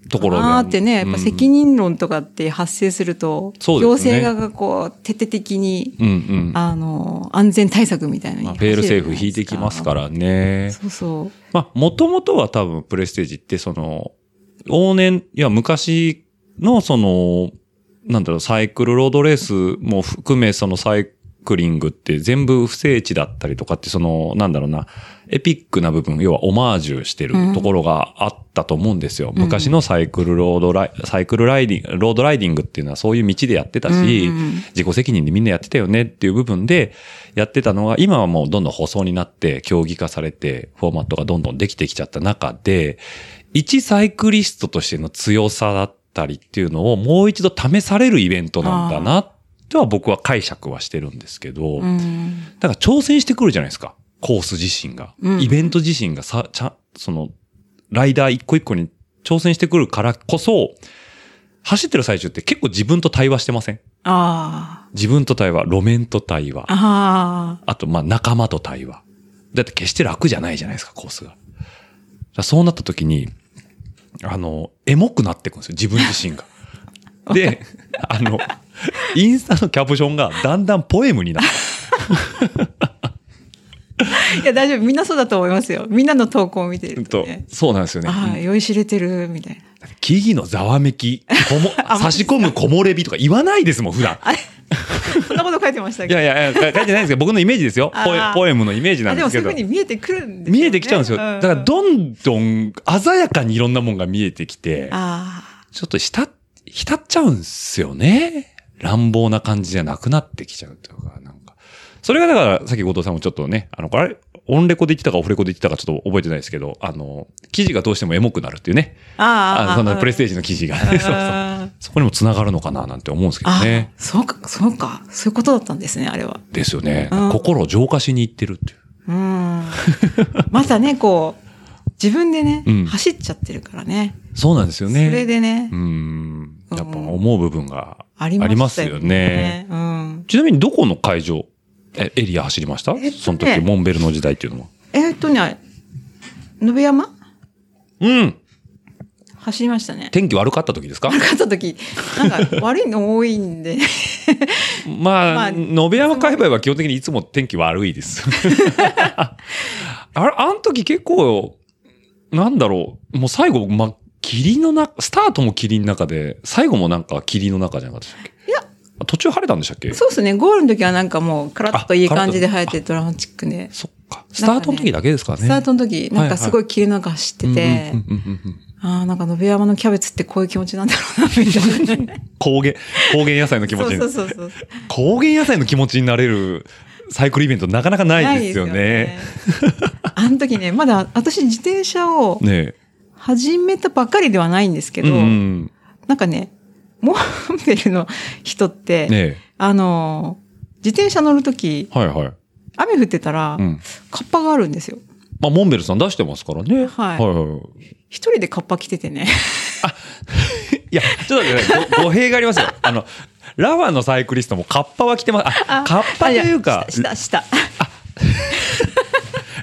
D: ところが
E: なーってね、やっ
D: う
E: ぱ
D: ん
E: 責任論とかって発生すると、
D: そうですね
E: 行政側がこう、徹底的に、
D: うんうん。
E: あの、安全対策みたいなのに
D: まあ、
E: 走
D: フ
E: る
D: ェールセーフ
E: じゃな
D: 引いてきます
E: ら。
D: からね。
E: そうそう。
D: まあ、もともとは多分プレステージってその、往年、いや昔のその、なんだろう、サイクルロードレースも含め、そのサイクリングって全部不整地だったりとかって、その、なんだろうな、エピックな部分、要はオマージュしてるところがあったと思うんですよ。昔のサイクルロードライ、サイクルライディング、ロードライディングっていうのはそういう道でやってたし、
E: うんうん
D: 自己責任でみんなやってたよねっていう部分でやってたのが、今はもうどんどん舗装になって、競技化されて、フォーマットがどんどんできてきちゃった中で、一サイクリストとしての強さだったりっていうのをもう一度試されるイベントなんだな、とは僕は解釈はしてるんですけど、
E: うん。
D: だから挑戦してくるじゃないですか。コース自身が。
E: うん
D: イベント自身がさ、ちゃ、その、ライダー一個一個に挑戦してくるからこそ、走ってる最中って結構自分と対話してません
E: あ
D: 自分と対話、路面と対話
E: あ。、ああ。
D: あと、まあ、仲間と対話。だって決して楽じゃないじゃないですか、コースが。だからそうなった時に、あの、エモくなってくんですよ、自分自 身が。で、あの、インスタのキャプションがだんだんポエムになって
E: いや、大丈夫。みんなそうだと思いますよ。みんなの投稿を見て
D: く
E: る
D: ると
E: と、ね。
D: そうなんですよね。
E: ああ、酔いしれてる、みたいな。
D: 木々のざわめき、こも
E: あ
D: 差し込む木漏れ日とか言わないですもん、普段。
E: あれ そんなこと書いてましたっ
D: い
E: け
D: やいやいや、書いてないですけど、僕のイメージですよ。ポエ
E: あー
D: ポエムのイメージな
E: あ
D: ん
E: で
D: で
E: も
D: す
E: そう
D: け
E: い
D: ど
E: うふう。に見えてくるんですよね
D: 見えてきちゃうんですよ。だから、
E: う
D: どんどん鮮やかにいろんなもんが見えてきて。
E: あ
D: ちょっと浸っ、浸っちゃうんすよね。乱暴な感じじゃなくなってきちゃうというか、なんか。それがだから、さっき後藤さんもちょっとね、あの、これ、オンレコで言ってたかオフレコで言ってたかちょっと覚えてないですけど、あの、記事がどうしてもエモくなるっていうね。
E: あ。ああ。
D: あそんなプレステー
E: ジ
D: ジの記事が、ね。そうそう。そこにも繋がるのかななんて思うんですけど
E: あ
D: ね。
E: そうか、そうか。そういうことだったんですね、あれは。
D: ですよね。
E: うん
D: 心を浄化しに行ってるっていう。
E: うん。またね、こう、自分でね、
D: うん
E: 走っちゃってるからね。
D: そうなんですよ
E: そ
D: ね。
E: れでね、
D: うん。やっぱ思う部分があ
E: あ
D: り
E: りま
D: ます
E: した
D: よね。。
E: うん。
D: ちなみにどこの会場、えエリア走りました、
E: えっとね
D: その時、モンベルの時代っていうのは。
E: えーっとね、野辺山
D: うん。
E: 走りましたね。
D: 天気悪かった時ですか
E: 勝った時、なん か悪いの多いんで。
D: まあ、
E: まあ
D: 野辺山界隈は基本的にいつも天気悪いです。あれ、あの時結構、なんだろう、もう最後、ま、霧の中、スタートも霧の中で、最後もなんか霧の中じゃなかったでしたっけ
E: いや
D: あ途中晴れたんでしたっけそ
E: そうですね、ゴールの時はなんかもう、カラッといい感じで生えてドラマチックで。
D: っか。スタートの時だけですからね。
E: スタートの時、なんかすごい霧の中走って
D: うん
E: て
D: う、んうんうんうん
E: ああ、なんか野辺山のキャベツってこういう気持ちなんだろうな、みたいなね。
D: 高原、高原野菜の 気持ち
E: そう
D: に
E: そうそうそう。
D: 高原野菜の気持ちになれるサイクルイベントなかなかないですよね。
E: ないですよね。あの時ね、まだ私自転車を
D: ね
E: 始めたばかりではないんですけ
D: え。う
E: ど、
D: んうん。
E: なんかね、モンベルの人って、
D: ね
E: あの、自転車乗る時
D: え。はいはい。
E: 雨降ってたら、
D: うん。
E: カッパがあるんですよ。
D: まあ、モンベルさん出してますからね。
E: はい
D: はいはい。
E: 一人でカッパ着ててね。
D: いや、ちょっと待ってください。ご語 弊がありますよ。あの、ラワのサイクリストもカッパは着てます。あ、 カッパというか
E: あ、や下、下、下。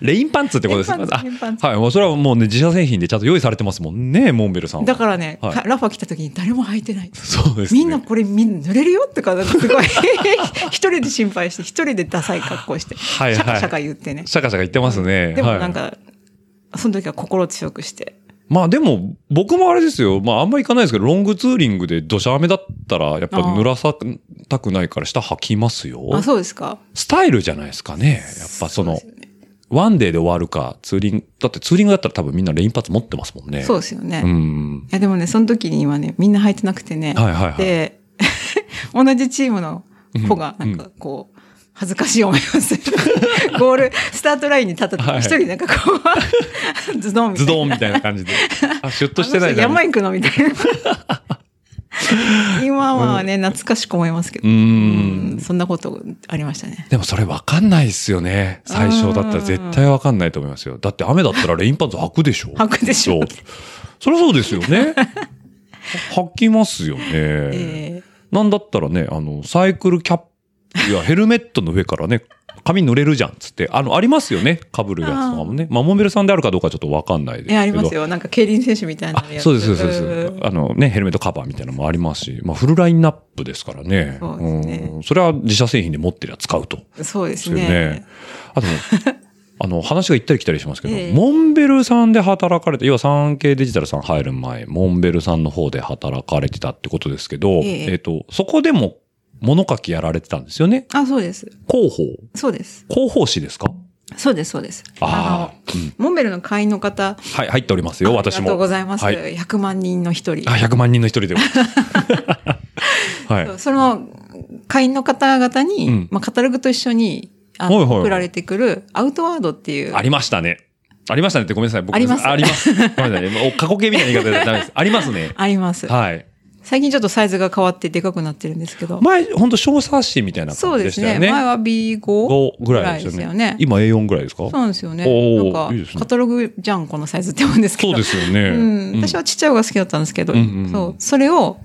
D: レインパンツってことです
E: レインパンツレインパンツ
D: あはい。もうそれはもうね、自社製品でちゃんと用意されてますもんね、モンベルさんは。
E: だからね、
D: はい
E: かラファ来た時に誰も履いてない。
D: そうですね。
E: みんなこれみんな濡れるよとか、なんかす ごい、一人で心配して、一人でダサい格好して、
D: はいはい
E: シャカシャカ言ってね。
D: シャカシャカ言ってますね。
E: でも
D: はい
E: なんか、その時は心を強くして。
D: まあでも、僕もあれですよ。まああんまり行かないですけど、ロングツーリングで土砂雨だったら、やっぱ濡らさたくないから下履きますよ。
E: あ、そうですか
D: スタイルじゃないですかね。やっぱその
E: そ、うですよね
D: ワンデーで終わるか、ツーリング、だってツーリングだったら多分みんなレインパーツ持ってますもんね。
E: そう
D: う。
E: ですよね。
D: う
E: い
D: ん。
E: や、でもね、その時にはね、みんな履いてなくてね。
D: はいはいはい。
E: で、同じチームの子が、なんかこう、恥ずかしい思いを する。ゴール、スタートラインに立った時
D: はい
E: 一人なんかこう、 ズドンみた
D: ズ
E: いな。
D: ドンみたいな感じ で。あ、シュッとしてな
E: あの
D: いな。
E: 人山行くのみたいな。 今はね、懐かしく思いますけど。
D: う
E: うんん。そんなことありましたね。
D: でもそれわかんないですよね。最初だったら絶対わかんないと思いますよ。だって雨だったらレインパンツ履くでしょ
E: 履くでしょ
D: そうそりゃそうですよ ね。は履きますよね。
E: え
D: なんだったらね、あの、サイクルキャップやヘルメットの上からね、髪濡れるじゃんっつって、あの、ありますよね。被るやつとかもね。まあ、モンベルさんであるかどうかちょっとわかんないです
E: ー
D: け
E: え
D: ど。
E: ありますよ。なんか競輪選手みたいな
D: あ
E: のやつ
D: そうです、そうです、そう
E: う
D: で
E: ん
D: す。あのね、ヘルメットカバーみたいなのもありますし、まあ、フルラインナップですからね。
E: そうですね
D: んそれは自社製品で持ってりゃ使うと。
E: そうで
D: です
E: す
D: よね。
E: ね。
D: あとね、あの、話が行ったり来たりしますけど、
E: ええ
D: モンベルさんで働かれて、要は産経デジタルさん入る前、モンベルさんの方で働かれてたってことですけど、
E: ええ
D: っ、と、そこでも物書きやられてたんですよね。
E: あ、そうです。
D: 広報。
E: そうです。
D: 広報誌ですか
E: そうです、そうです。
D: ああ、うん
E: の、モンベルの会員の方、
D: はい、入っておりますよ、私も。
E: ありがとうございます。
D: はい。
E: 100万人の一人
D: あ、。100万人の一人 でございます。はい。
E: その会員の方々に、
D: うん
E: まあ、カタログと一緒にあの
D: はいはいはい
E: 送られてくるアウトワードっていう。
D: ありましたね。ありましたねってごめんなさい。僕
E: あります
D: あります。ごめんなさいね。もう過去形みたいな言い方でダメです。あります ね。
E: あります。
D: はい。
E: 最近ちょっとサイズが変わってでかくなってるんですけど。
D: 前、ほんと小冊子みたいな
E: そ
D: 感
E: う
D: じ
E: で
D: でし
E: す
D: た
E: ね。
D: よ
E: 前
D: ね。
E: は B5
D: 5ぐらいです
E: ぐらいです
D: よ
E: よ
D: ね
E: ね。
D: 今 A4 ぐらいですか
E: そうなんですよね。
D: おー
E: なんか
D: いいですね
E: カタログじゃん、このサイズって思うんですけ
D: そ
E: ど。
D: うですよね。
E: うん、
D: うん
E: 私はちっちゃい方が好きだったんですけど、
D: うんうんうん
E: そう、それを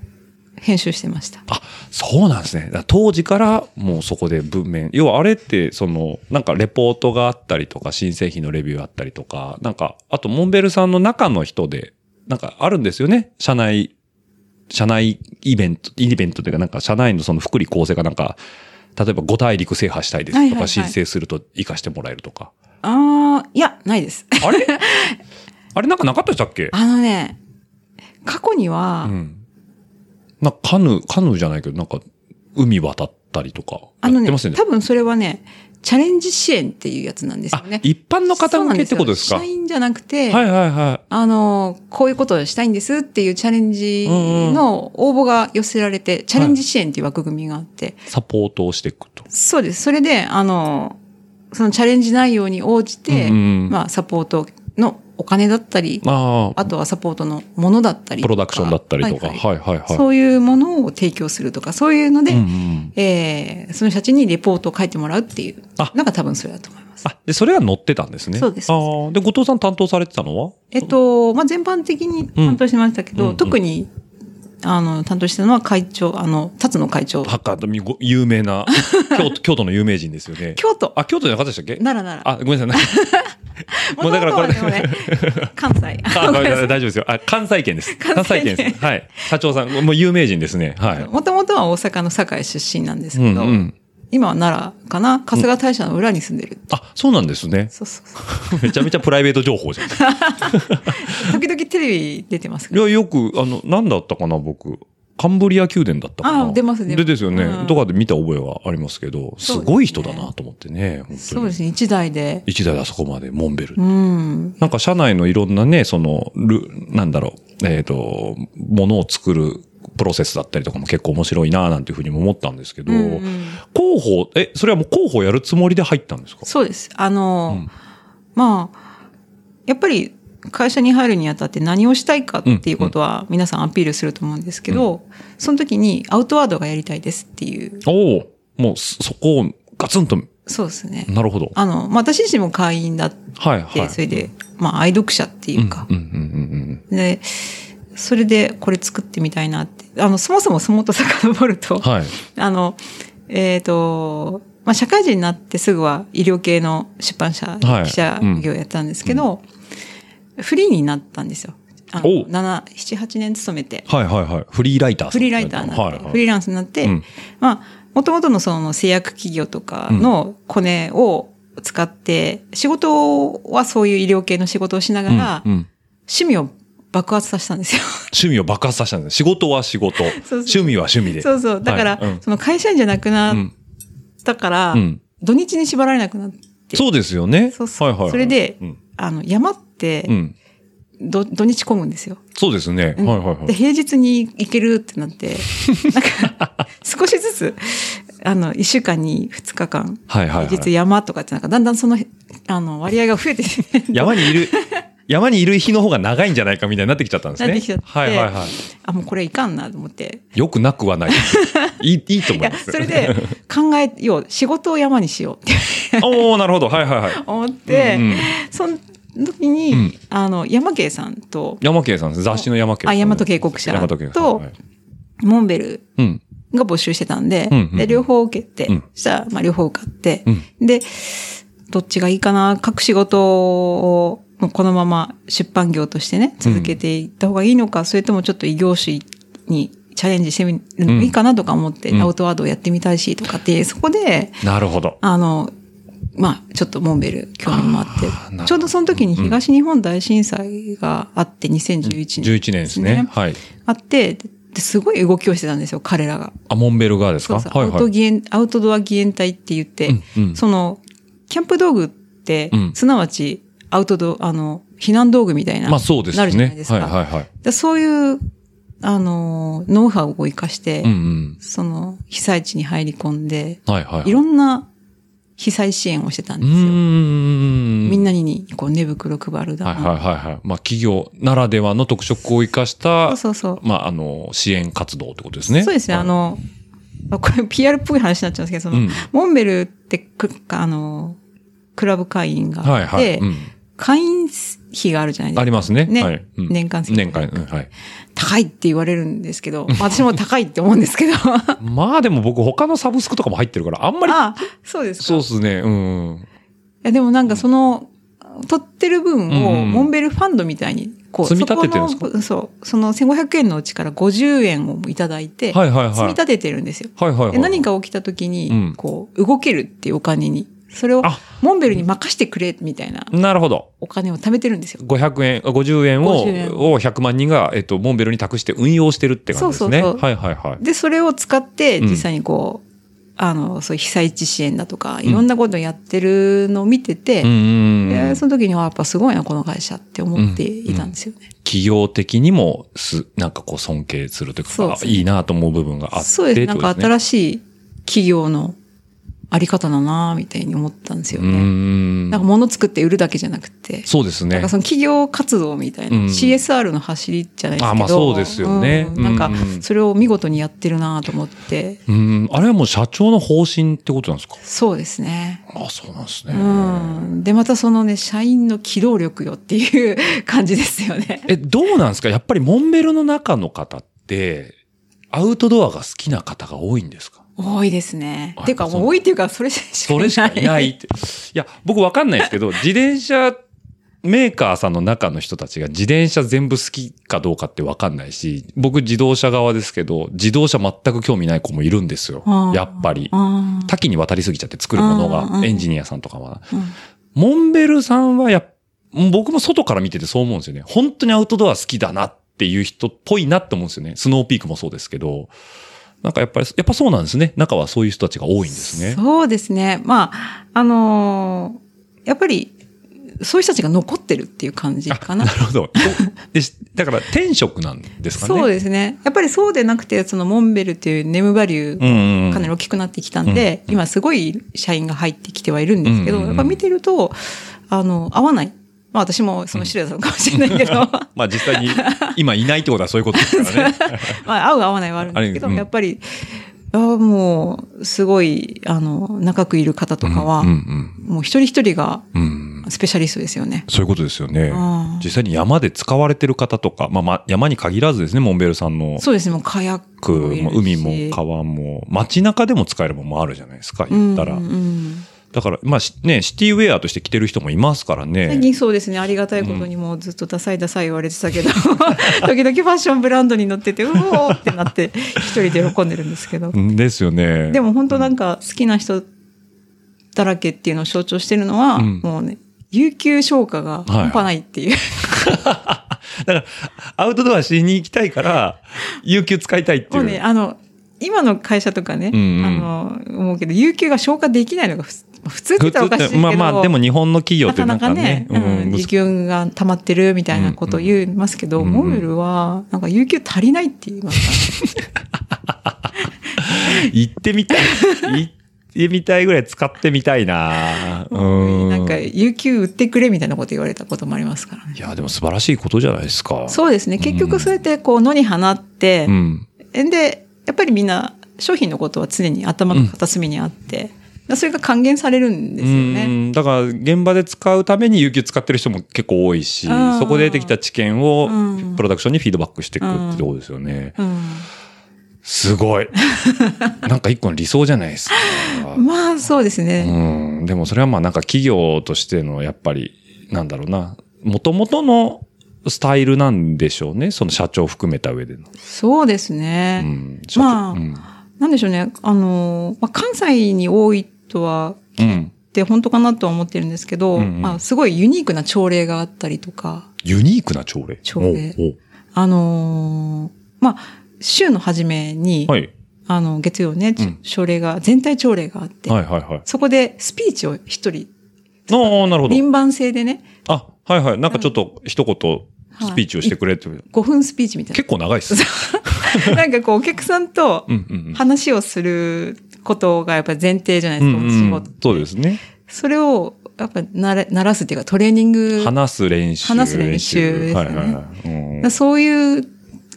E: 編集してました。
D: あ、そうなんですね。だから当時からもうそこで文面。要はあれって、その、なんかレポートがあったりとか、新製品のレビューあったりとか、なんか、あとモンベルさんの中の人で、なんかあるんですよね。社内、社内イベント、イベントというか、なんか社内のその福利厚生かなんか、例えば5大陸制覇したいです
E: はい
D: と
E: はいは
D: か
E: い
D: 申請すると活かしてもらえるとか。
E: ああ、いや、ないです。
D: あれあれなんかなかったでしたっけ
E: あのね、過去には、
D: うん。なんかカヌー、カヌーじゃないけど、なんか海渡ったりとか。
E: あの
D: やって
E: ね
D: ますよね
E: 多分それはね、チャレンジ支援っていうやつなんですよね。
D: 一般の方向けってことです
E: そ
D: か
E: うなんよ社員じゃなくて、
D: はいはいは
E: あの、こういうことをしたいんですっていうチャレンジの応募が寄せられて、チャレンジ支援っていう枠組みがあって、
D: い。サポートをしていくと。
E: そうです。それで、あの、そのチャレンジ内容に応じて、
D: うんうん
E: まあ、サポートのお金だったり、
D: ああ、
E: あとはサポートのものだったりと
D: プロ
E: か。
D: ダクションだったりとか。
E: は
D: はいい
E: はい
D: はいはい。う
E: そういうものを提供するとか、そういうので、
D: んうん
E: えーその人たちにレポートを書いてもらうっていう
D: あ
E: のが多分それだと思います。
D: あ、で、それは載ってたんですね。
E: そうです
D: ああ、で、後藤さん担当されてたのは
E: えっと、まあ、全般的に担当してましたけど、
D: うん
E: 特に、あの、担当してたのは会長、あの、辰野会長。
D: ハッカーとみご有名 な、京都、京都の有名人ですよね。
E: 京都。
D: あ、京都じゃなかったでしたっけ
E: 奈良奈良。
D: あ、ごめんなさい。もうだからこれ
E: 元々はでも ね、関西。
D: あごめんなさい
E: ごめんなさ
D: 大丈夫ですよ。あ、関西圏です。
E: 関
D: 関
E: 西
D: 西
E: 圏
D: 圏です。はい。社長さん、もう有名人ですね。はい
E: い。もともとは大阪の堺出身なんです
D: う
E: け
D: ん
E: ど、
D: うん。
E: 今は奈良かな春日大社の裏に住んでる。
D: あ、そうなんですね。
E: そうそうそう。
D: めちゃめちゃプライベート情報 じゃん。
E: 時々テレビ出てます
D: い
E: から。
D: や、よく、あの、なんだったかな、僕。カンブリア宮殿だったかな。
E: あ出ますね
D: でですよね、
E: うん
D: とかで見た覚えはありますけど、す
E: そうですね
D: ごい人だなと思ってね。本当に
E: そうですね、一台で。
D: 一台であそこまで、モンベル。
E: うん。
D: なんか社内のいろんなね、その、ル、なんだろう、えっ、と、ものを作るプロセスだったりとかも結構面白いななんていうふうにも思ったんですけど、
E: うんうん
D: 広報、え、それはもう広報やるつもりで入ったんですか
E: そうです。あの、
D: うん
E: まあ、やっぱり会社に入るにあたって何をしたいかっていうことは皆さんアピールすると思うんですけど、その時にアウトワードがやりたいですっていう。
D: おおもうそ、そこをガツンと、
E: そうですね。
D: なるほど。
E: あの、まあ、私自身も会員だって、
D: はいはい。
E: それで、まあ、愛読者っていうか、
D: うんうんうんうんうん。
E: で、それでこれ作ってみたいなって。あの、そもそもそもっと遡ると、
D: はい。
E: あの、えっ、と、まあ、社会人になってすぐは医療系の出版社、
D: はい
E: 記者業やったんですけど、フリーになったんですよ。あの
D: おう
E: 7、7、8年勤めて、
D: はいはいはい。フリーライターさ
E: フ
D: ん
E: リーライターになって、
D: はいはい
E: フリーランスになって、
D: うん
E: まあ、もともとのその製薬企業とかのコネを使って、仕事はそういう医療系の仕事をしながら、
D: うんうん
E: 趣味を爆発させたんですよ。
D: 趣味を爆発させたんです。仕事は仕事。
E: そう
D: 趣味は趣味で。
E: そうそう。だから、
D: はいうん
E: その会社員じゃなくな
D: う
E: っ
D: ん
E: たから、
D: うん
E: 土日に縛られなくなって。
D: そうですよね。
E: そうそう
D: はいはいはい。
E: それで
D: うん
E: あの、山って
D: う、ん。
E: ど土日混むんですよ。
D: そうですね。はい
E: うん
D: はいは
E: で、
D: い。
E: 平日に行けるってな って、なんか、少しずつ、あの、1週間に2日間、
D: はいはい
E: 平
D: は
E: 日
D: い。
E: 山とかってなんか、だんだんその、あの、割合が増えて、
D: 山にいる、山にいる日の方が長いんじゃないかみたいになってきちゃったんですね。
E: なってきちゃって
D: はいはいはい。
E: あ、もうこれいかんなと思って。
D: よくなく はないです。いい、いいと
E: い
D: 思い
E: や、
D: ます。
E: それで、考えよう、仕事を山にしようって
D: おおなるほど。はいはいはい。
E: 思って、
D: うんうん
E: その時に、
D: うん
E: あの、山慶さんと、
D: 山系さんです。雑誌の山系さん。
E: あ大和警告者
D: 大和警告者
E: と
D: はい
E: モンベル
D: うん。
E: が募集してたんで、
D: うんうんうん
E: で、両方受けて、
D: うん
E: そしたら、まあ、両方受かって、
D: うん
E: で、どっちがいいかな、各仕事を、もうこのまま出版業としてね、続けていった方がいいのか、それともちょっと異業種にチャレンジしてみるのもいいかなとか思って、
D: うん
E: アウトワードをやってみたいし、とかって、そこで、
D: なるほど。
E: あの、まあ、ちょっとモンベル興味もあ
D: あーなるほ
E: っ
D: ど
E: て、ちょうどその時に東日本大震災があって2011年、
D: 11年ですね。はい。
E: あって、ですごい動きをしてたんですよ、彼らが。
D: あ、モンベル側です
E: そ
D: か
E: うそう、
D: はい
E: アウト
D: はい。
E: ギエンアウトドア義援隊って言って、
D: うんうん
E: その、キャンプ道具って、
D: うん
E: すなわち、アウトドア、あの、避難道具みたいな、
D: まあそうですね。
E: なるじゃないですか。
D: はいはいはい。
E: でそういう、あの、ノウハウを活かして、
D: うん
E: その、被災地に入り込んで、
D: うん。はいはいはい。
E: いろんな被災支援をしてたん
D: う
E: ですよ。
D: ーん。
E: みんなに、こう、寝袋配るだ
D: は
E: ない
D: はいはいはい。まあ企業ならではの特色を生かした、
E: そうそうそう。
D: まああの、支援活動ってことですね。
E: そうですね。
D: はい
E: あ、の、あこれ PR っぽい話になっちゃうんですけど、その、
D: うん
E: モンベルってく、あの、クラブ会員があって、
D: はいはい。うん
E: 会員費があるじゃないですか。
D: ありますね。はいうん
E: 年間制
D: 年間、うんはい。
E: 高いって言われるんですけど、私も高いって思うんですけど。あ
D: まあでも僕他のサブスクとかも入ってるから、あんまり、
E: そうですか。
D: そう
E: い
D: ですね。うん。
E: やでもなんかその、取ってる
D: う
E: 分
D: んう
E: を、
D: ん
E: モンベルファンドみたいに、こう、
D: 積み立ててるんですか
E: そこのそう。その1500円のうちから50円をいただいて、
D: はいはいはい。
E: 積み立ててるんですよ。
D: はいはいはい。
E: で何か起きた時に、
D: うん
E: こう、動けるっていうお金に、それを
D: あ、
E: モンベルに任してくれ、みたいな
D: なるほど。
E: お金を貯めてるんですよ。
D: 500円、あ50円を、
E: 50円
D: を100万人が、えっと、モンベルに託して運用してるって感じですね。
E: そうそうそう
D: はいはいはい。
E: で、それを使って、
D: うん
E: 実際にこう、あの、そういう被災地支援だとか、
D: ん
E: いろんなことやってるのを見てて、
D: うんうんうん。
E: でその時にはやっぱすごいな、この会社って思っていたんですよね。
D: 企業的にもす、なんかこう尊敬するという
E: そう
D: か、
E: です
D: あ
E: ね
D: いいなと思う部分があって。
E: そうです。なんか
D: ってことで
E: 新しい企業のあり方だなぁみたいに思ったんですよ
D: すねうー
E: ね。
D: ん
E: なんか物作って売るだけじゃなくて、
D: そうです
E: なん
D: ね
E: か。その企業活動みたいな、
D: うん
E: CSR の走りじゃないですけど。
D: あまあそうですよね
E: うんなんか
D: うん
E: それを見事にやってるなと思って、
D: うーん。あれはもう社長の方針ってことなんですか
E: そうですね。
D: あそうなんですね。
E: うん。で、またそのね、社員の機動力よっていう感じですよね。
D: え、どうなんですかやっぱりモンベルの中の方って、アウトドアが好きな方が多いんですか
E: 多いですね
D: あ。
E: ていうか、
D: そう
E: 多いっていうか、それしかいない。
D: それしかいないって。いや、僕わかんないですけ ど、自転車メーカーさんの中の人たちが自転車全部好きかどうかってわかんないし、僕自動車側ですけど、自動車全く興味ない子もいるんですよ
E: あ。ー
D: やっぱり。
E: あー
D: 多岐に渡りすぎちゃって作るもの
E: うんうんう
D: が、
E: ん
D: エンジニアさんとかは。
E: うん
D: モンベルさんはやっ、僕も外から見ててそう思うんですよね。本当にアウトドア好きだなっていう人っぽいなって思うんですよね。スノーピークもそうですけど。なんかやっぱり、やっぱそうなんですね。中はそういう人たちが多いんですね。
E: そうですね。まあ、あのーやっぱり、そういう人たちが残ってるっていう感じかな
D: な。るほど。 でしだから、転職なんですかね。
E: そう
D: です。
E: ですね。やっぱりそうでなくて、そのモンベルっていうネームバリュ
D: う
E: ー、
D: んうんうん。
E: かなり大きくなってきたんで、今すごい社員が入ってきてはいるんですけど、
D: うんうんうん
E: やっぱ見てると、あの、合わない。まあ私もその資料なのかもしれないけ ど、
D: まあ実際に、今いないってことはそういうこと ですからね。
E: まあ合う合わないはあるんですけど、
D: あれうん
E: やっぱり、あーもう、すごい、あの、長くいる方とかは、
D: うんうん
E: もう一人一人が
D: うん。うん
E: スペシャリストですよね。
D: そういうことですよね
E: うん。
D: 実際に山で使われてる方とか、まあまあ山に限らずですね、モンベルさんの。
E: そうですね、もう火薬
D: ックも海も川も街中でも使えるものもあるじゃないですか、言ったら。
E: うんうんうん
D: だから、まあしね、シティウェアとして着てる人もいますから
E: 最
D: ね。
E: 近そうですね、ありがたいことにもうずっとダサいダサい言われて たけど、時々ファッションブランドに乗ってて、うおーってなって、一人で喜んでるんですけど。
D: ですよね。
E: でも本当なんか好きな人だらけっていうのを象徴してるのは、
D: うん
E: もうね、有給消化が半端ないっていう。
D: だから、アウトドアしに行きたいから、有給使いたいってい
E: も
D: う。
E: うね、あの、今の会社とかね、
D: うんうん
E: あの、思うけど、有給が消化できないのが普通普通って言ったらおかしいけど。
D: まあまあ、でも日本の企業っ
E: な
D: て
E: か
D: な
E: なん
D: か
E: か
D: ね
E: ね、、うん、
D: 難し
E: 時給が溜まってるみたいなことを言いますけど、
D: うんうん
E: モンベルは、なんか有給足りないって言いますか
D: 行ってみ たい。行ってみたいぐらい使ってみたいな
E: ら、
D: うん。
E: なんか、有給売ってくれみたいなこと言われたこともありますからね
D: い。や、でも素晴らしいことじゃないですか。
E: そうですね。結局そうやって、こう、野に放って
D: う、ん。
E: で、やっぱりみんな、商品のことは常に頭の片隅にあって、それが還元されるんですよ
D: う
E: ね。
D: んだから現場で使うために有給使ってる人も結構多いし、
E: うん
D: そこで出てきた知見を
E: うん
D: プロダクションにフィードバックしていくってことですよね。
E: うん
D: すご い。なんか一個の理想じゃない ですか。
E: まあ、そうですね。
D: うん。でもそれはまあなんか企業としてのやっぱり、なんだろうな、元々のスタイルなんでしょうね。その社長含めた上での。
E: そうです
D: う
E: ね。
D: ん。社長。
E: まあ
D: うん。
E: なんでしょうね。あの、まあ、関西に多いとは
D: うん。
E: って本当かなとは思ってるんですけど、
D: うんうん
E: まあ、すごいユニークな朝礼があったりとか、
D: ユニークな朝礼。
E: 朝礼
D: おう
E: あのーまあ、週の初めに、
D: おうはい。
E: あの、月曜ね、
D: うん
E: 朝礼が、全体朝礼があって、
D: はいはいはい。
E: そこでスピーチを一人、
D: ああ、なるほど。
E: 輪番制でね、
D: あ、はいはい。なんかちょっと一言スピーチをしてくれって。
E: 5分スピーチみたい
D: 結構長いっす。
E: な。なんかこう、お客さんと
D: うんうんうん。
E: 話をすることがやっぱ前提じゃないですか、お仕事。
D: そうですね。
E: それを、やっぱなら、ならすっていうか、トレーニング。
D: 話す練習。
E: 話す練習ですね
D: はいはいはいうん
E: だそういう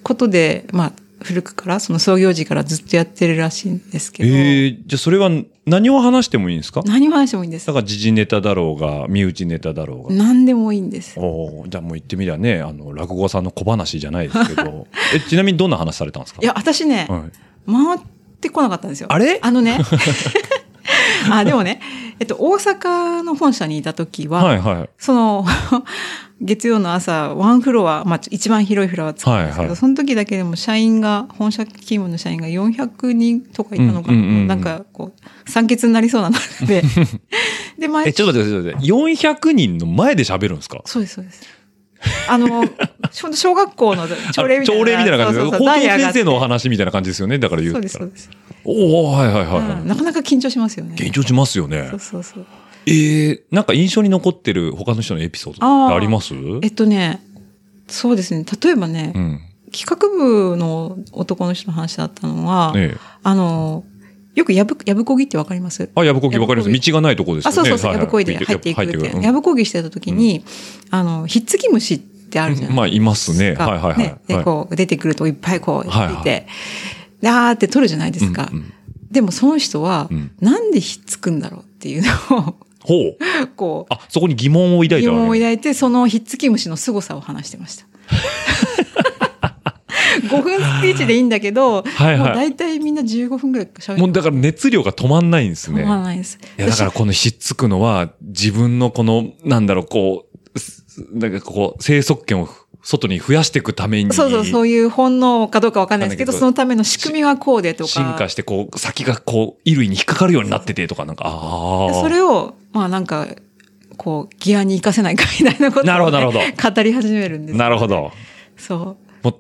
E: ことで、まあ、古くから、その創業時からずっとやってるらしいんですけど、
D: ええ、じゃあそれは何を話してもいいんですか
E: 何を話してもいいんです
D: だ。から時事ネタだろうが、身内ネタだろうが。
E: 何でもいいんです。
D: おーじゃあもう言ってみりゃね、あの、落語さんの小話じゃないですけど。 え、ちなみにどんな話されたんですか
E: いや、私ね、
D: はい。
E: 回ってこなかったんですよ。
D: あれ
E: あ のね、 あ、でもね、えっと、大阪の本社にいた時は、
D: はいはい。
E: その、 月曜の朝、ワンフロア、まあ、一番広いフロア使うんですけど、
D: はいはい
E: その時だけでも社員が、本社勤務の社員が400人とかいたのかな、
D: うんうんうんうん
E: なんかこう、酸欠になりそうなの で、で、毎
D: え、ちょっと待って、ちょっと待って。400人の前で喋るんですか
E: そうです、そうです。あの、小小学校の朝礼みたいな。
D: 朝礼みたいな感じで
E: そ
D: す高
E: うそうそう
D: 校
E: 台上がって
D: 先生のお話みたいな感じですよね。だから言うた
E: そう
D: ら
E: です、そうです。
D: おおはいはいはい、は
E: う
D: い
E: んなかなか緊張しますよね。
D: 緊張しますよね
E: そう。そうそう。
D: ええなんか印象に残ってる他の人のエピソードってあります
E: えっとね、そうですね、例えばね、
D: うん。
E: 企画部の男の人の話だったのは、
D: ええ。
E: あの、よくやぶ、やぶこぎってわかります
D: あ、やぶこぎわかりま
E: やぶこ
D: す。道がないとこですよ
E: あ、
D: ね。
E: そうそうそう、やぶこぎで
D: は
E: 入っていくっていう。
D: うん
E: やぶこぎしてた時に、あの、ひっつき虫ってあるじゃないですか。
D: まあ、いますね。
E: が
D: はいはいはい。
E: ねで、こう、出てくるといっぱいこう、
D: はいはい
E: やっていて、で、あーって取るじゃないですか
D: うんうん。
E: でも、その人は
D: うん、
E: なんでひっつくんだろうっていうの
D: ほう。
E: を、こう、
D: あ、そこに疑問を抱い
E: 疑
D: たわけ
E: 問を抱いて、そのひっつき虫の凄さを話して ました。5分スピーチでいいんだけど、
D: はいはい
E: もう大体みんな15分ぐらい喋って
D: もうだから熱量が止まんないんですね。
E: 思わないです。
D: いや、だからこのひっつくのは、自分のこの、なんだろう、こう、すなんかこう、生息権をふ外に増やしていくために、
E: そうそう、そういう本能かどうかわかんないですけど、
D: わか
E: そ
D: んないけど
E: のための仕組みはこうでとか。
D: 進化して、こう、先がこう、衣類に引っかかるようになっててとか、なんか、ああ。
E: それを、まあなんか、こう、ギアに生かせないかみたいなことをね、
D: なるほどなるほ
E: 語り始めるんです。
D: なるほど。
E: そ
D: もう、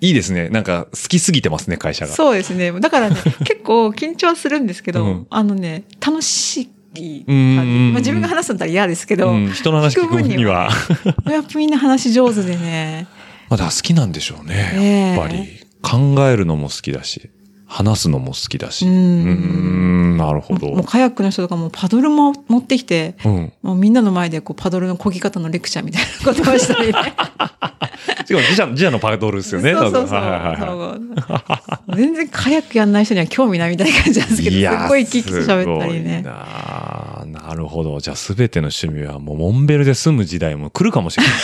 D: いいですね。なんか、好きすぎてますね、会社
E: う。
D: が。
E: そうですね。だからね、結構緊張はするんですけど、
D: うん
E: あのね、楽しい
D: うんうんうん
E: まあ自分が話すんだったら嫌ですけど、
D: うん、人の話聞く分には。
E: やっぱみんな話上手でね、
D: まあ、だから好きなんでしょうね、やっぱり。考えるのも好きだし、話すのも好きだし。
E: う
D: うんーん、なるほ
E: もう
D: ど。
E: カヤックの人とかもパドルも持ってきて、
D: うん。
E: もうみんなの前でこうパドルの漕ぎ方のレクチャーみたいなことをしたりね。
D: しかも自社、自社のパドルですよね、
E: そうそう
D: 多
E: そう
D: 分はいはいはい。
E: そう全然カヤックやんない人には興味ないみたいな感じなんですけど、すっごい生き生きと喋ったり
D: すごい
E: ね。
D: なあなるほど。じゃあ、すべての趣味はもうモンベルで住む時代も来るかもし れない。だ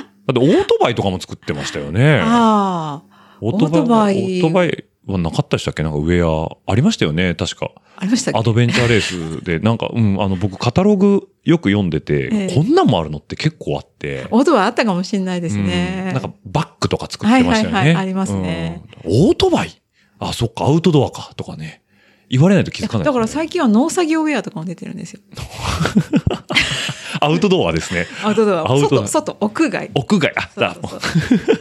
D: って、オートバイとかも作ってましたよね。
E: ああ、
D: オートバイ
E: オートバイ
D: オートバイはなかったでしたっけなんかウェアありましたよね確か。
E: ありましたっ
D: ア
E: け
D: ドベンチャーレースで、なんか、うん、あの、僕、カタログよく読んでて、
E: ええ
D: こんなんもあるのって結構あって。
E: オートバイあったかもしれないです
D: う
E: ね
D: ん。なんか、バッグとか作ってましたよね。
E: はいはいはいありますね
D: うんオートバイあ、そっか、アウトドアか、とかね。言われないと気づかない、
E: だから最近は農作業ウェアとかも出てるんですよ。
D: アウトドアです ね。
E: アウトドア。
D: アウトド
E: 外、
D: ア
E: 外、屋外。
D: 屋外。あ、
E: そう
D: だ
E: そうそう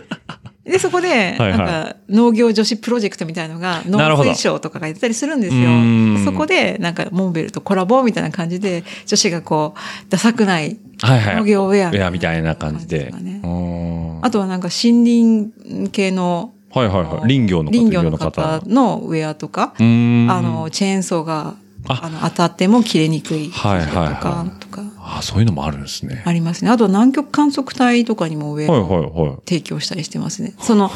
E: で、そこで、
D: はいはい
E: なんか、農業女子プロジェクトみたいのが、農
D: なるほど
E: 水省とかがやってたりするんです
D: うー
E: よ。
D: ん
E: そこで、なんか、モンベルとコラボみたいな感じで、女子がこう、ダサくない
D: はいはい。
E: 農業ウェア
D: ウェアみたいな感じで。
E: とかね
D: うん
E: あとはなんか森林系の
D: はいはいはい。林業の方。
E: 林業の方のウェアとか、
D: うーん。
E: あの、チェーンソーが
D: あ
E: あの当たっても切れにくいと
D: はいはいはい
E: か、とか
D: あ、そういうのもあるんですね。
E: ありますね。あと南極観測隊とかにもウェ
D: はい
E: アを
D: はいはい。
E: 提供したりしてますね。そ の、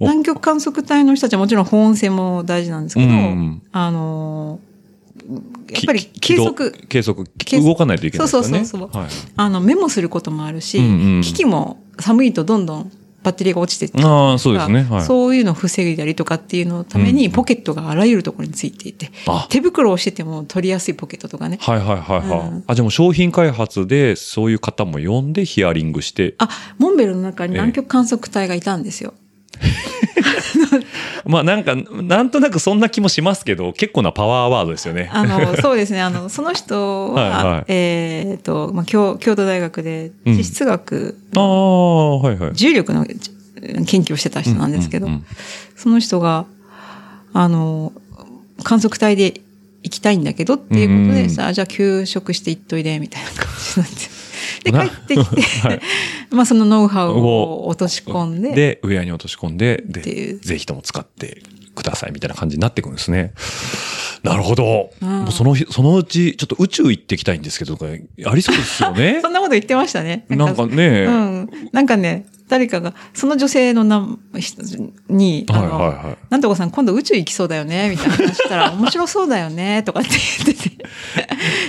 E: 南極観測隊の人たちはもちろん保温性も大事なんですけど、
D: うん
E: あのー、やっ
D: き
E: ぱり計測
D: 軌道、計測
E: 計測
D: 動かないといけないですよね。
E: そうそうそう
D: はい、
E: あの、メモすることもあるし、
D: うんうん
E: 機器も寒いとどんどんバッテリーが落ちてっちゃう
D: ああ、そうですね。はい。
E: そういうのを防いだりとかっていうのため
D: う
E: に、
D: ん
E: ポケットがあらゆるところについていて、
D: あ
E: 手袋をしてても取りやすいポケットとかね。
D: はいはいはいはい。
E: うん
D: あ、じゃあもう商品開発でそういう方も呼んでヒアリングして。
E: あ、モンベルの中に南極観測隊がいたんですよ。
D: まあなんか、なんとなくそんな気もしますけど、結構なパワーワードですよね。
E: あ の、そうですね。あの、その人は、
D: はいはい
E: えーっと、まあ、京、京都大学で、地質学、
D: ああ、はいはい。
E: 重力のじ研究をしてた人なんですけど、
D: うんうんうん
E: その人が、あの、観測隊で行きたいんだけどっていうこと
D: うん
E: でさ、あじゃあ休職して行っといで、みたいな感じになって。で、
D: な
E: 帰ってきて、
D: はい
E: まあそのノウハウを落とし込んで、
D: で、ウェアに落とし込んで、
E: ってい
D: で、
E: う
D: ぜひとも使ってくださいみたいな感じになってくるんですね。なるほど。
E: うん
D: もうその日、そのうち、ちょっと宇宙行ってきたいんですけど、とかありそうですよね
E: そ。んなこと言ってましたね。
D: なんかね、
E: うん。なんかね、誰かが、その女性の名人に、あ
D: はい
E: の、
D: はいはい。
E: なんとかさん今度宇宙行きそうだよね、みたいな話したら、面白そうだよね、とかって言ってて。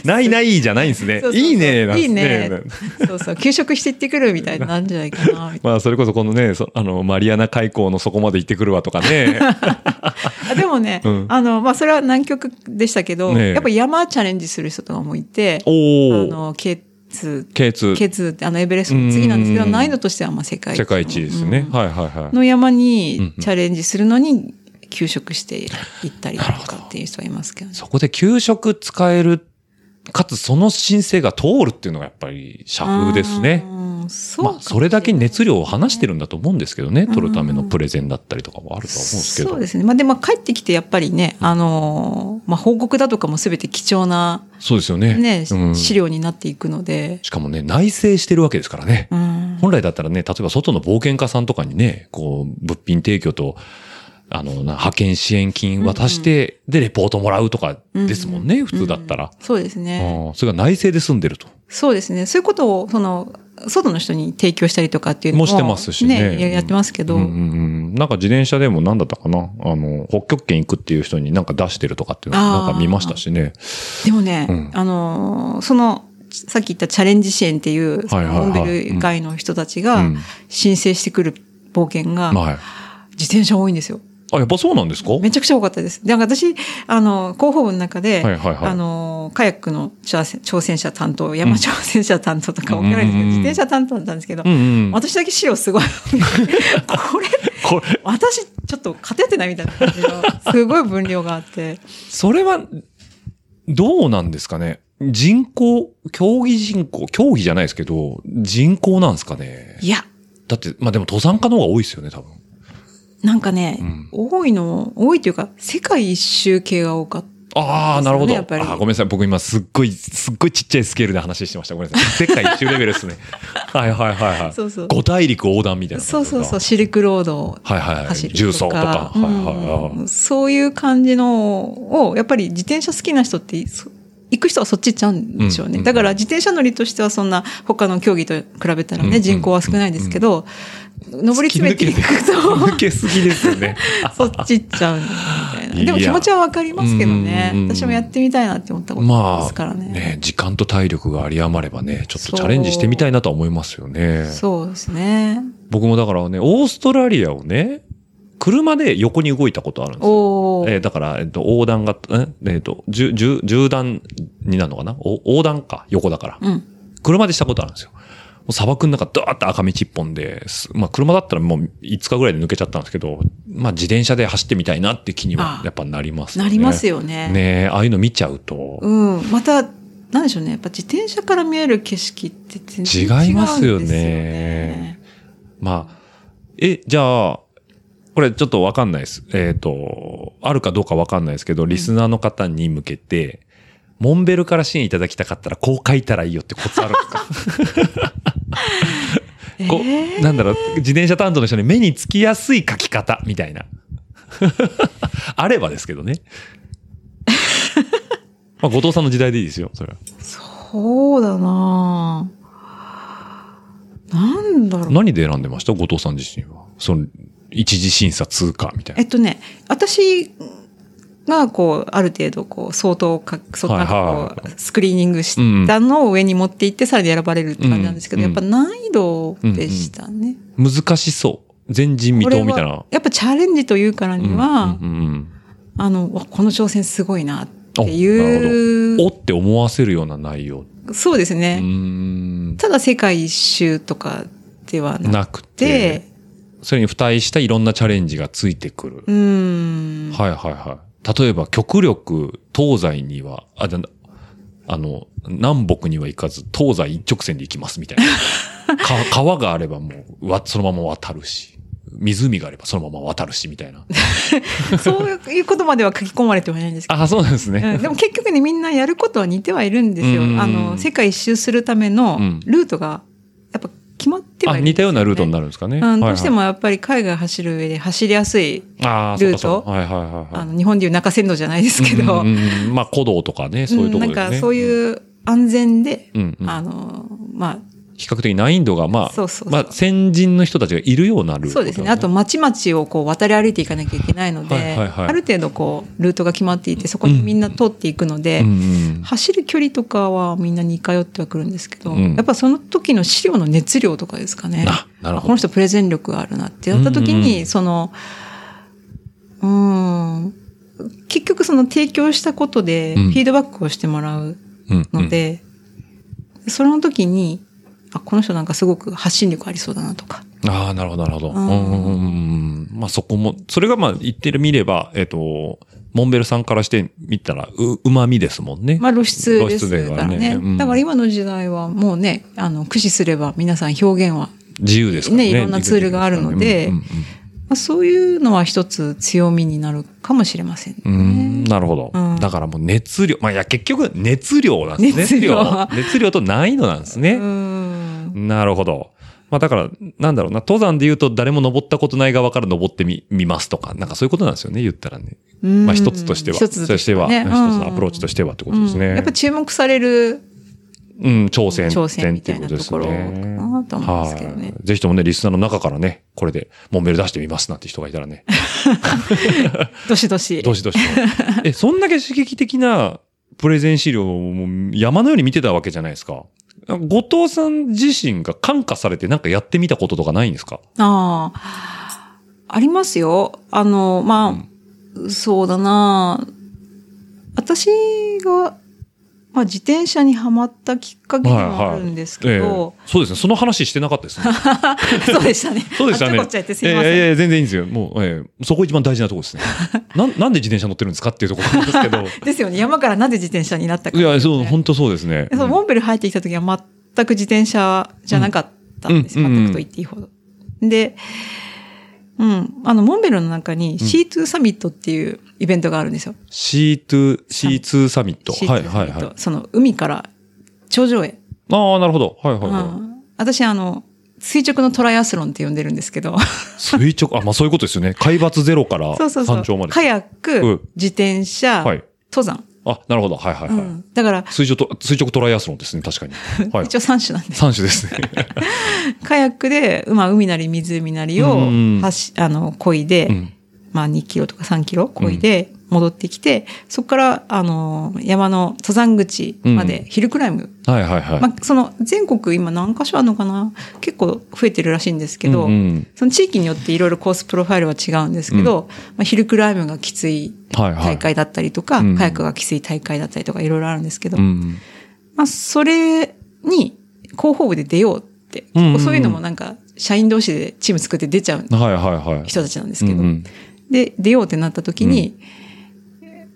D: ないないじゃないんですね
E: そう。そうそう
D: いいね、なん
E: い
D: で
E: い
D: す
E: ね
D: ね。。
E: そうそう。休職して行ってくるみたいになんじゃないかな、みたい
D: まあ、それこそこのね、そあの、マリアナ海溝のそこまで行ってくるわとか ね。
E: な。あでもね、
D: うん
E: あの、まあ、それは南極でしたけど、
D: ねえ
E: やっぱ山チャレンジする人とかもいて、あ
D: おお。
E: の、ケツ、
D: K2。
E: ケツって、あの、エベレストの次なんですけど、
D: うん
E: 難易度としてはまあ世界一
D: 世
E: の。
D: 界一ですね。
E: うん
D: はいはいはい。
E: の山にチャレンジするのに、休職して行ったりとかっていう人はいますけどね。
D: そこで給食使える、かつその申請が通るっていうのがやっぱり社風ですね。
E: うん。そうか
D: まあ、
E: もしれない
D: それだけ熱量を話してるんだと思うんですけどね。取るためのプレゼンだったりとかもあるとは思うんですけど。
E: そうですね。まあ、でも帰ってきてやっぱりね、あのーまあ、報告だとかも全て貴重な、
D: そうですよね。
E: ね、
D: うん
E: 資
D: し
E: 料になっていくので、
D: かもね、内政してるわけですからね。
E: うん。
D: 本来だったらね、例えば外の冒険家さんとかにね、こう、物品提供と、あの、な派遣支援金渡して、で、レポートもらうとかですもんね、普通だったら
E: うん。そうです
D: あ
E: ね。
D: ーそれが内政で済んでると。
E: そうですね。そういうことを、その、外の人に提供したりとかっていうの
D: もしてますしね
E: ややってますけど、
D: うんうんうん、なんか自転車でも何だったかなあの、北極圏行くっていう人になんか出してるとかっていうの
E: あ
D: な
E: ー
D: んか見ましたしね。
E: でもね、
D: うん
E: あのーその、さっき言ったチャレンジ支援っていう、そ
D: はいはいは
E: の
D: い
E: モーベル外の人たち
D: う
E: が
D: ん。
E: 申請してくる冒険が、
D: はい。
E: 自転車多いんですよ。
D: あ、やっぱそうなんですかはい
E: めちゃくちゃ多かったです。で、なんか私、あの、広報部の中で、
D: はいはい。
E: あの、カヤックの挑戦挑戦者担当、山挑戦者担当とか
D: うん
E: 分からないんで
D: うんうんう
E: すけど、
D: ん
E: 自転車担当だったんですけど、
D: うんうん。
E: 私だけ資料すごい。これ、
D: これ、
E: 私、ちょっと勝ててないみたいな感じの、すごい分量があって。
D: それは、どうなんですかね人口、競技人口、競技じゃないですけど、人口なんですかね
E: いや、
D: だって、まあでも登山家の方が多いですよね、多分。
E: なんかね、多いの、多いというか、世界一周系が多かった。
D: ああ、なるほど。
E: や
D: あ
E: っぱり
D: ーごめんなさい。僕今すっごい、すっごいちっちゃいスケールで話してました。ごめんなさい。世界一周レベルですね。はいはいはい はい。
E: そうそう
D: 五大陸横断みたいな感
E: そう
D: じです
E: そ
D: か。
E: うそう、シルクロードを
D: はいはいはい。
E: 走るとか。
D: 重曹とか。はいはい
E: うん
D: はい。
E: そういう感じのを、やっぱり自転車好きな人って、そ行く人はそっち行っちゃうんでしょうね。
D: うんうん
E: だから自転車乗りとしてはそんな他の競技と比べたら
D: うんうん
E: ね、人口は少ないですけど、登り詰めていく
D: 抜けすぎですよ ね。
E: と、そっち行っちゃうみたいな。
D: いや
E: でも気持ちはわかりますけどね
D: うんうんうん。
E: 私もやってみたいなって思ったことで
D: ます
E: か
D: あ、
E: らね。
D: ね、時間と体力が有り余ればね、ちょっとチャレンジしてみたいなとは思いますよね。
E: そうですね。
D: 僕もだからね、オーストラリアをね、車で横に動いたことあるんですよ。
E: おー。
D: えーだから、えっと、横断が、ええっと、十、十、十段になるのかなお横断か、横だから。
E: うん。
D: 車でしたことあるんですよ。もう砂漠の中、ドーッと赤道一本です。まあ、車だったらもう5日ぐらいで抜けちゃったんですけど、まあ、自転車で走ってみたいなって気には
E: あ、あ
D: やっぱなりますよ
E: な
D: ね。
E: ります
D: よ
E: よね。
D: ねえ、ああいうの見ちゃうと。
E: うん。また、なんでしょうね。やっぱ自転車から見える景色って全然違うんですよね。
D: 違いますよねまあ、え、じゃあ、これちょっとわかんないです。えっ、と、あるかどうかわかんないですけど、リスナーの方に向けて、モンベルから支援いただきたかったら、こう書いたらいいよってコツあるんですかこう、なんだろう、自転車担当の人に目につきやすい書き方みたいな。 あればですけど ね。まあ、後藤さんの時代でいいですよ、それは。
E: そうだなぁなんだろう。
D: 何で選んでました後藤さん自身は。その、一次審査通過みたい
E: え
D: な。
E: っとね、私がこう、ある程度こう、相当か、そう
D: はい
E: なん
D: はい
E: かこう、スクリーニングしたのを上に持っていって、さらに選ばれるって感じなんですけど、
D: うん
E: やっぱ難易度でしたね。
D: 難しそう。前人未
E: これ
D: 到
E: は
D: みたいな。
E: やっぱチャレンジというからには、
D: うんうんうん
E: あの、わこの挑戦すごいなって
D: お
E: い
D: なる
E: う
D: ほど。おって思わせるような内容。
E: そうです
D: うー
E: ね。
D: ん。
E: ただ世界一周とかではなく
D: なくて。
E: て、
D: それに付帯したいろんなチャレンジがついてくる。
E: うーん。
D: はいはいはい。例えば、極力、東西には、あ、じゃなあの、南北には行かず、東西一直線で行きますみたい な。か川があればもう、わ、そのまま渡るし。湖があればそのまま渡るし、みたいな。
E: そういうことまでは書き込まれてはいないんですけど。
D: あ、そうなんです
E: うん
D: ね。
E: でも結局ね、みんなやることは似てはいるんですよ。
D: うん
E: あの、世界一周するための
D: うん
E: ルートが、やっぱ決まっては
D: あ、
E: いるんで
D: 似
E: す
D: たようなルートに
E: な
D: なるんですかね。
E: うん、どうして
D: はい
E: もやっぱり海外走る上で走りやすい、
D: はい、あーそうかそう
E: ル
D: かは
E: ート
D: いはいはいは
E: あ
D: い。
E: の、日本でいう中線路じゃないですけど、
D: うんうんうんまあ、古道とかね、そういうところで
E: うん
D: す
E: な
D: ね。
E: んかそう
D: うん、
E: いう安全で、
D: うんうん
E: あの、ま
D: 比較的難易度が、まあ、
E: そうそうそう
D: まあ、先人の人たちがいるような
E: あ、
D: ルート
E: そうですね。あと、町々をこう渡り歩いていかなきゃいけないので、
D: はいはいはい
E: ある程度こう、ルートが決まっていて、そこにみんな通っていくので、
D: うんうん
E: 走る距離とかはみんな似通ってはくるんですけど、
D: うん
E: やっぱその時の資料の熱量とかですかね。
D: あなるほど
E: この人プレゼン力があるなってなった時
D: うん
E: に、
D: うんうん
E: その、うーん、結局その提供したことで
D: う
E: フ
D: ん
E: ィードバックをしてもらう
D: うんうん
E: ので、その時に、あ、この人なんかすごく発信力ありそうだなとか。
D: ああ、なるほど、なるほど。う
E: うん
D: う
E: ん
D: んうんうんまあそこも、それがまあ言ってみれば、えっ、と、モンベルさんからしてみたら、う、うまみですもんね。
E: まあ露出です
D: 露出
E: から
D: だ
E: ね。
D: よねうん
E: だから今の時代はもうね、あの、駆使すれば皆さん表現は、
D: 自由ですからね。
E: ねいろんなツールがあるので
D: うん
E: まあ、そういうのは一つ強みになるかもしれませんね。
D: うんうんうんなるほど、
E: うん
D: だからもう熱量。まあいや、結局熱量なんですね。
E: 熱量
D: 熱量と難易度なんですね。
E: うん
D: なるほど。まあだから、なんだろうな、登山で言うと誰も登ったことない側から登ってみ、みますとか、なんかそういうことなんですよね、言ったらね。
E: うん
D: まあ一つとしては。
E: 一つとしてはね
D: 一つのアプローチとしてはってことですね。
E: うんやっぱ注目される
D: うん、挑戦。
E: 挑戦みたいな
D: って
E: と
D: う
E: ころかなと思うんですけどね
D: はい。ぜひともね、リスナーの中からね、これで、モンベル出してみますなんて人がいたらね、
E: どしどし
D: どしどしと。 え、そんだけ刺激的なプレゼン資料をもう山のように見てたわけじゃないですか。後藤さん自身が感化されてなんかやってみたこととかないんですか
E: ああありますよあのまあ、そうだな私が、まあ、自転車にはまったきっかけでもあるんですけど、
D: そうですね。その話してなかったですね。
E: そうでしたね
D: そうでしたね。
E: あっちゃこっちゃ言ってすいません、
D: ええええ全然いいんですよ。もう、ええそこ一番大事なとこですね。なん、なんで自転車乗ってるんですかっていうところなんですけど。
E: ですよね山からなぜ自転車になったか
D: いや、そう、本当そうですね。
E: でそのモンベル入ってきた時は全く自転車じゃなかったんですよ。
D: うん
E: 全くと言っていいほど。で、うん。あの、モンベルの中に C2 サミットっていうイベントがあるんですよ。
D: C2、C2 サミット。
E: C2
D: はい
E: サ
D: は
E: ミ
D: い
E: ッ
D: はい。あ
E: ト。その、海から頂上へ。
D: あ、なるほど。はいはいうは
E: ん。私、あの、垂直のトライアスロンって呼んでるんですけど、
D: い。垂直、あ、まあそういうことですよね。海抜ゼロから
E: そうそうそ
D: 山頂
E: う。
D: まで。
E: カヤッ
D: うん
E: ク、自転車、
D: はい
E: 登山。
D: あ、なるほど。はいはいうは
E: ん。だから
D: い。、垂直と、垂直トライアスロンですね。確か に。はい
E: 一。応3種なんです。
D: 三種ですね。
E: カヤックで、まあ、海なり湖なり
D: うんうんうん
E: を、はし、あの、漕いで、
D: うん
E: まあ、2キロとか3キロ漕いで戻ってきて、そこから、あの、山の登山口ま
D: う
E: でヒルクライム。
D: はいはいはい。
E: まあ、その、全国今何箇所あるのかな結構増えてるらしいんですけど、
D: うんうん
E: その地域によっていろいろコースプロファイルは違うんですけど、まあ、ヒルクライムがきつい
D: はいはい
E: 大会だったりとか、
D: うん
E: カヤックがきつい大会だったりとかいろいろあるんですけど、
D: うん。
E: まあ、それに広報部で出ようって、
D: うんうんうん
E: 結構そういうのもなんか、社員同士でチーム作って出ちゃう
D: はいはいはい。
E: 人たちなんですけど、
D: うんうん
E: で、出ようってなった時に、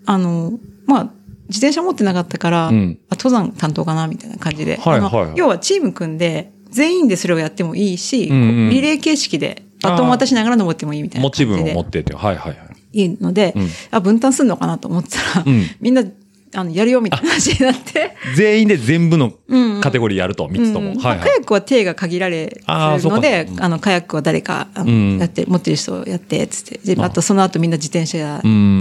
E: あの、まあ、自転車持ってなかったから、
D: うん
E: あ登山担当かなみたいな感じで、
D: はいはいはい
E: あの要はチーム組んで、全員でそれをやってもいいし、
D: うんうん
E: リレー形式でバトンを渡しながら登ってもいいみたいな
D: 持
E: 感じ
D: ち
E: で。
D: 分を持ってって。はいはいはい。
E: いいので、
D: うん
E: あ、分担するのかなと思ってたら、
D: うん
E: みんな、あの、やるよみたいな話になって、
D: 全員で全部の
E: うんうん
D: カテゴリーやると、三つと
E: う
D: も。
E: ん
D: はい
E: まあ
D: は
E: カ
D: い
E: ヤ。ックは手が限られ
D: あー
E: るので、
D: そう
E: あ,、
D: か
E: の、カヤックは誰か、あ
D: う
E: の
D: ん
E: やって、持ってる人をやって、つって。で、
D: あ
E: あと、その後みんな自転車やって、
D: うんうん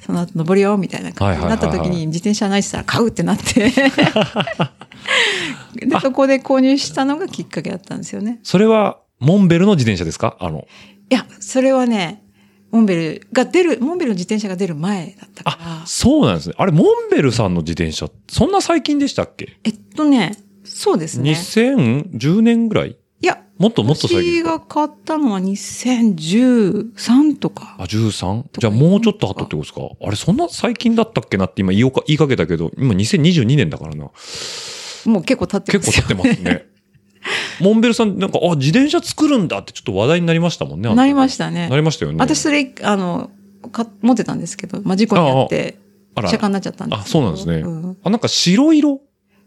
E: その後登るよ、みたいな感じになった
D: はいはいはい
E: 時
D: はい
E: に、自転車ないって言ったら買うって なって。で、そこで購入したのがきっかけだったんですよね。
D: それは、モンベルの自転車ですかあの。
E: いや、それはね、モンベルが出る、モンベルの自転車が出る前だったから。
D: そうなんですね。あれ、モンベルさんの自転車、そんな最近でしたっけ
E: えっとね、そうですね。
D: 2010年ぐらい
E: いや、
D: もっともっと最
E: 私
D: 近。
E: が買ったのは2013とか。
D: あ、13? じゃあもうちょっと後ってことですかあれ、そんな最近だったっけなって今言おうか言いかけたけど、今2022年だからな。
E: もう結構経ってま
D: 結
E: すよ、
D: 構経ってますね。モンベルさん、なんか、あ、自転車作るんだってちょっと話題になりましたもんね。あの時
E: なりましたね
D: なりましたよね。
E: 私それ、あの、か持ってたんですけど、まあ、事故にあって、
D: あら
E: 車間になっちゃったんです
D: あ、そうなんですね。
E: うん
D: あ、なんか白色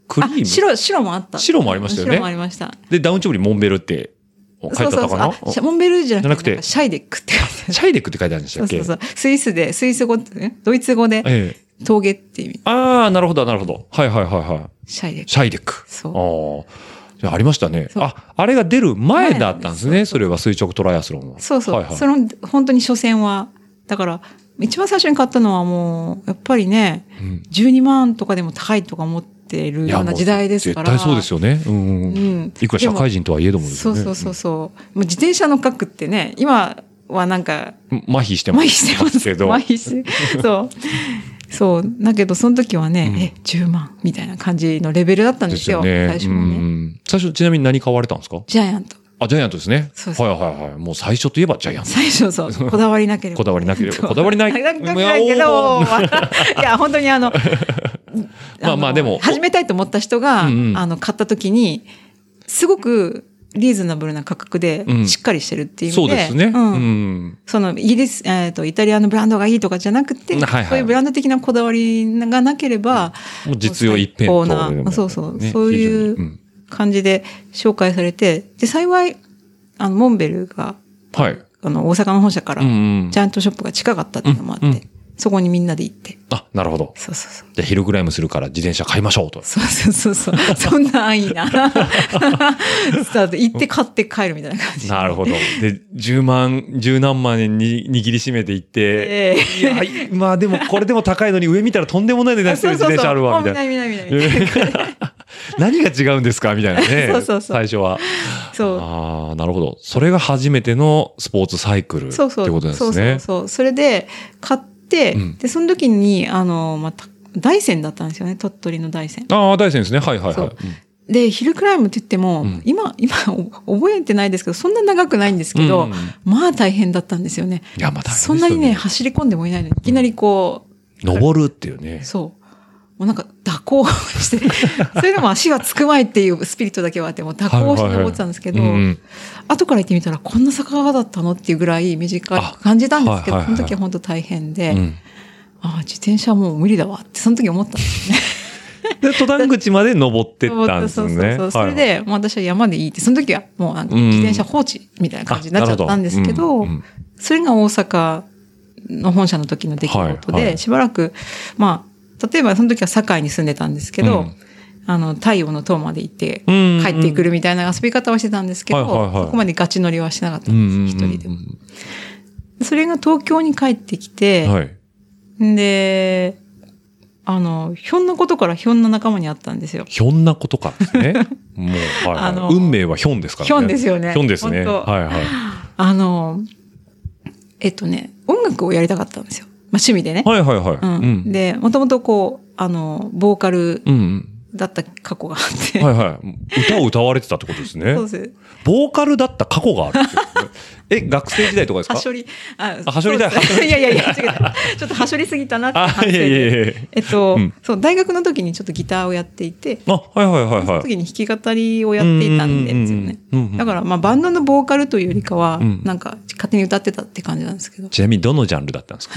D: クリ
E: あ
D: ー、ム
E: 白、白もあった。
D: 白もありましたよね
E: 白もありました。
D: で、ダウンチョブにモンベルって書いてあったかな
E: あシャモンベルじゃ
D: じゃ
E: な
D: な
E: く
D: く
E: て、
D: て
E: なんかシャイデックって書いてある
D: シャイデックって書いてあるんでし
E: そ
D: たっ
E: うそ
D: け
E: うそう。スイスで、スイス語、えドイツ語で、
D: ええ。
E: 峠って意味。
D: ああ、なるほど、なるほど。はいはいはいはい。
E: シャイデック。
D: シャイデック。ああ。じゃあありましたね。
E: そう
D: あ、あれが出る前だったんです
E: 前
D: ね。それは垂直トライアスロンは。
E: そうそう。
D: はいはい
E: その、本当に初戦は、だから、一番最初に買ったのはもう、やっぱりね、
D: うん
E: 12万とかでも高いとか思ってる
D: い
E: ような時代ですから。
D: 絶対そうですよね。うんうんうん。
E: うん。
D: いくら社会人とはいえどもです
E: そ
D: よ
E: う
D: ね。
E: そうそうそう。もう自転車の価格ってね、今はなんか、
D: うん。麻痺して
E: 麻
D: ます
E: 痺してます
D: けど。
E: 麻痺して。そう。そう。だけど、その時はね、
D: うん
E: え、10万みたいな感じのレベルだったんで
D: ですす
E: よ。
D: よね。
E: 最
D: う
E: 初はね、
D: ん。最初、ちなみに何買われたんですか
E: ジャイアント。
D: あ、ジャイアントですね。
E: そうそ
D: は
E: う
D: いはいはい。もう最初といえばジャイアント。
E: 最 初そう。こだわりなければ。
D: こだわりなけれ
E: そう
D: ば。こだわりない。
E: なんかないけど、いや、本当にあの、
D: まあまあ
E: の
D: でも
E: 始めたいと思った人が、
D: うんうん
E: あの、買った時に、すごくリーズナブルな価格で
D: う、ん
E: しっかりしてるっていう意
D: そう
E: 味で、。
D: ですね。うんん。
E: その、イギリス、えっ、と、イタリアのブランドがいいとかじゃなくて、
D: はいはい
E: そういうブランド的なこだわりがなければ、
D: もう実用一辺
E: コー
D: 倒
E: ナ
D: でも
E: ー。そうそう、
D: ね
E: そうい
D: 非常に
E: う感じで紹介されて、で、幸い、あの、モンベルが、
D: うんはい。
E: あの、大阪の本社から、
D: うん
E: ジ
D: うん。
E: ャイアントショップが近かったっていうのもあって、
D: うんうん
E: そこにみんなで行って、
D: あ、なるほど。
E: そうそうそう。
D: じゃあヒルクライムするから自転車買いましょうと。
E: そうそうそうそう。そんな安易 な。そう行って買って帰るみたいな感 じ。
D: なるほど。で、10万、10何万円に握りしめていって、
E: ええ
D: いやい、まあでもこれでも高いのに上見たらとんでもない 値段してる自転車あるわ、みたいな。
E: な。見ない見ない見ない見ない。。
D: 何が違うんですかみたいなね
E: そうそうそう
D: 最初は。
E: そう。
D: ああ、なるほど。それが初めてのスポーツサイクルって
E: そ
D: こ
E: うそう。
D: となんですね。
E: そうそうそう。それで、買って、
D: うん
E: で、その時に、あの、また、大山だったんですよね。鳥取の大山。
D: ああ、大戦ですね。はいはい
E: そ
D: は
E: う
D: い。うん
E: で、ヒルクライムって言っても、
D: うん
E: 今、 今、お覚えてないですけど、そんな長くないんですけど、
D: うんうん
E: まあ大変だったんですよね。
D: いや、まあ大変です
E: そ
D: よ
E: んなにね、、走り込んでもいないのに、いきなりこう、
D: 登るっていうね。
E: そう。もうなんか蛇行して、 それでも足がつくまいっていうスピリットだけはあって、もう蛇行して登ってたんですけど、
D: はいはいはいうんうん
E: 後から行ってみたらこんな坂だったのっていうぐらい短
D: あ
E: く感じたんですけど、
D: はいはいはい
E: その時は本当大変で、
D: うん
E: ああ、自転車もう無理だわって、その時思ったんですね。
D: で、登山口まで登ってったんです
E: そう
D: ね。
E: そうそう。それ
D: はいはい、
E: で、もう私は山でいいって、その時はもうなんか
D: うん
E: 自転車放置みたいな感じになっちゃったんですけど、
D: あなるほどうんうん
E: それが大阪の本社の時の出来事で、
D: はいはい
E: しばらく、まあ、例えばその時は堺に住んでたんですけど、
D: うん
E: あの、太陽の塔まで行って、
D: うんうん
E: 帰ってくるみたいな遊び方はしてたんですけど、
D: はいはいはい
E: そこまでガチ乗りはしなかった
D: うんうんうん
E: んです、一人でも。それが東京に帰ってきて、
D: はい。
E: で、あの、ひょんなことからひょんな仲間に会ったんですよ。
D: ひょんなことからです ね。もう、はいはい、
E: あの
D: 運命はひょんですからね。
E: ひょんですよね
D: ひょんですね。
E: 本当
D: はいはい。
E: あの、えっとね、音楽をやりたかったんですよ。まあ、趣味でね。
D: はいはいはい。
E: うん
D: うん。
E: で、もともとこう、あの、ボーカル
D: うん
E: だった過去があって、
D: うん。はいはい。歌を歌われてたってことですね
E: そ。うです。
D: ボーカルだった過去があるってことですねえ、学生時代とかですか
E: はしょり、あ
D: あはしょりだ
E: そう ですいやいやいや、違う。ちょっとはしょりすぎたなって
D: あ、
E: 反省
D: いやいやい
E: で。
D: やいや
E: えっと、
D: うん
E: そう、大学の時にちょっとギターをやっていて、
D: あ、はいはいはい
E: そ
D: は
E: の
D: い。
E: 時に弾き語りをやっていたんですよね
D: うんうんうんうんうんうん。
E: だから、まあ、バンドのボーカルというよりかは、
D: ん
E: なんか、勝手に歌ってたって感じなんですけど、
D: ちなみにどのジャンルだったんです か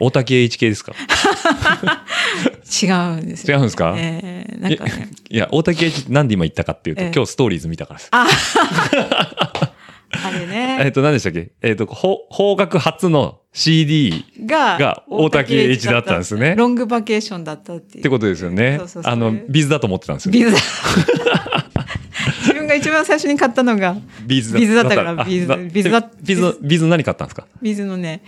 D: 大竹栄一系ですか
E: 違うんですよ。
D: 違うんですか
E: えーなんかね、
D: いや、大竹栄一なんで今言ったかっていうと、
E: ええ
D: 今日ストーリーズ見たからです。
E: あれ
D: えっ
E: ね、
D: と、何でしたっけえっと、ほ方角初の CD
E: が、
D: が大竹栄一だったんですね。
E: ロングバケーションだったっていう。
D: ってことですよね
E: そうそう。そう
D: あの、ビズだと思ってたんですよ。
E: ビズ。自分が一番最初に買ったのが、
D: ビズ
E: ビズだったから
D: あ
E: ビズ
D: な
E: ビズだ
D: ビズ、ビズ何買ったんですか
E: ビズのね、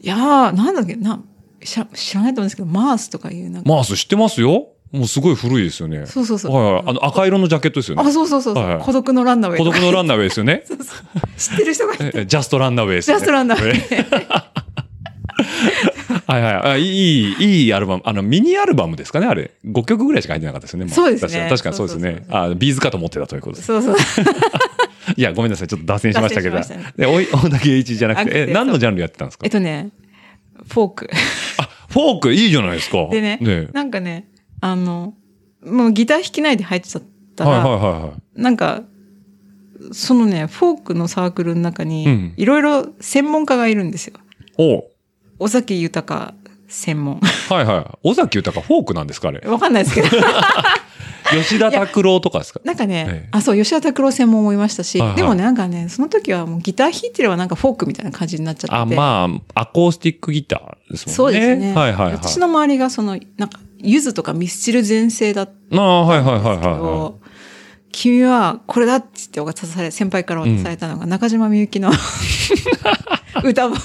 E: いやー、なんだっけ、な、知ら知らないと思うんですけど、マースとかいう、なんか、
D: マース知ってますよもうすごい古いですよね。
E: そうそうそう
D: はいはい。あの、赤色のジャケットですよ
E: あ、
D: ね。
E: そうそうそうそう、
D: はいはい
E: 孤独のランナーウェイ
D: 孤
E: と
D: 独
E: か。
D: のランナーウェイですよ ね。
E: 知ってる人がいて、
D: ええジャストランナーウェイです
E: ジ
D: よ
E: ャ
D: ね。
E: ストランナーウ
D: ええ
E: ェイ。
D: はいはいあ。いい、いいアルバム。あの、ミニアルバムですかねあれ。5曲ぐらいしか入ってなかったですよね。も
E: そうですね
D: 確かに確かにそうです
E: そう
D: ね
E: そう。
D: あ、ビーズかと思ってたということです。
E: そう そう。
D: いや、ごめんなさい。ちょっと脱線しましたけど。
E: 脱線しました
D: で、お い、大竹栄一じゃなく
E: あ
D: て、
E: そ
D: え、
E: う
D: 何のジャンルやってたんですか
E: えっとね、フォーク。
D: あ、フォークいいじゃないですか。
E: でね
D: ね
E: なんかね、あの、もうギター弾きないで入ってちゃったら、
D: はいはいはいはい。
E: なんか、そのね、フォークのサークルの中
D: う
E: に
D: ん、
E: いろいろ専門家がいるんですよ。
D: おう
E: 尾崎豊専門。
D: はいはい。尾崎豊フォークなんですかあれ。
E: わかんないですけど。
D: 吉田拓郎とかですか
E: なんかね、
D: ええ
E: あ、そう、吉田拓郎専門もいましたし、
D: はいはい
E: でもね、なんかね、その時はもうギター弾いてればなんかフォークみたいな感じになっちゃってて。
D: あ、まあ、アコースティックギターですもんね。
E: そうですね。
D: はいはいはい。
E: 私の周りがその、なんか、ゆずとかミスチル全盛だったんです
D: ああ、はいはいはい
E: け
D: はいは
E: ど、君はこれだって言ってお渡され、先輩から渡されたのが中島みゆ きの歌本。
D: い。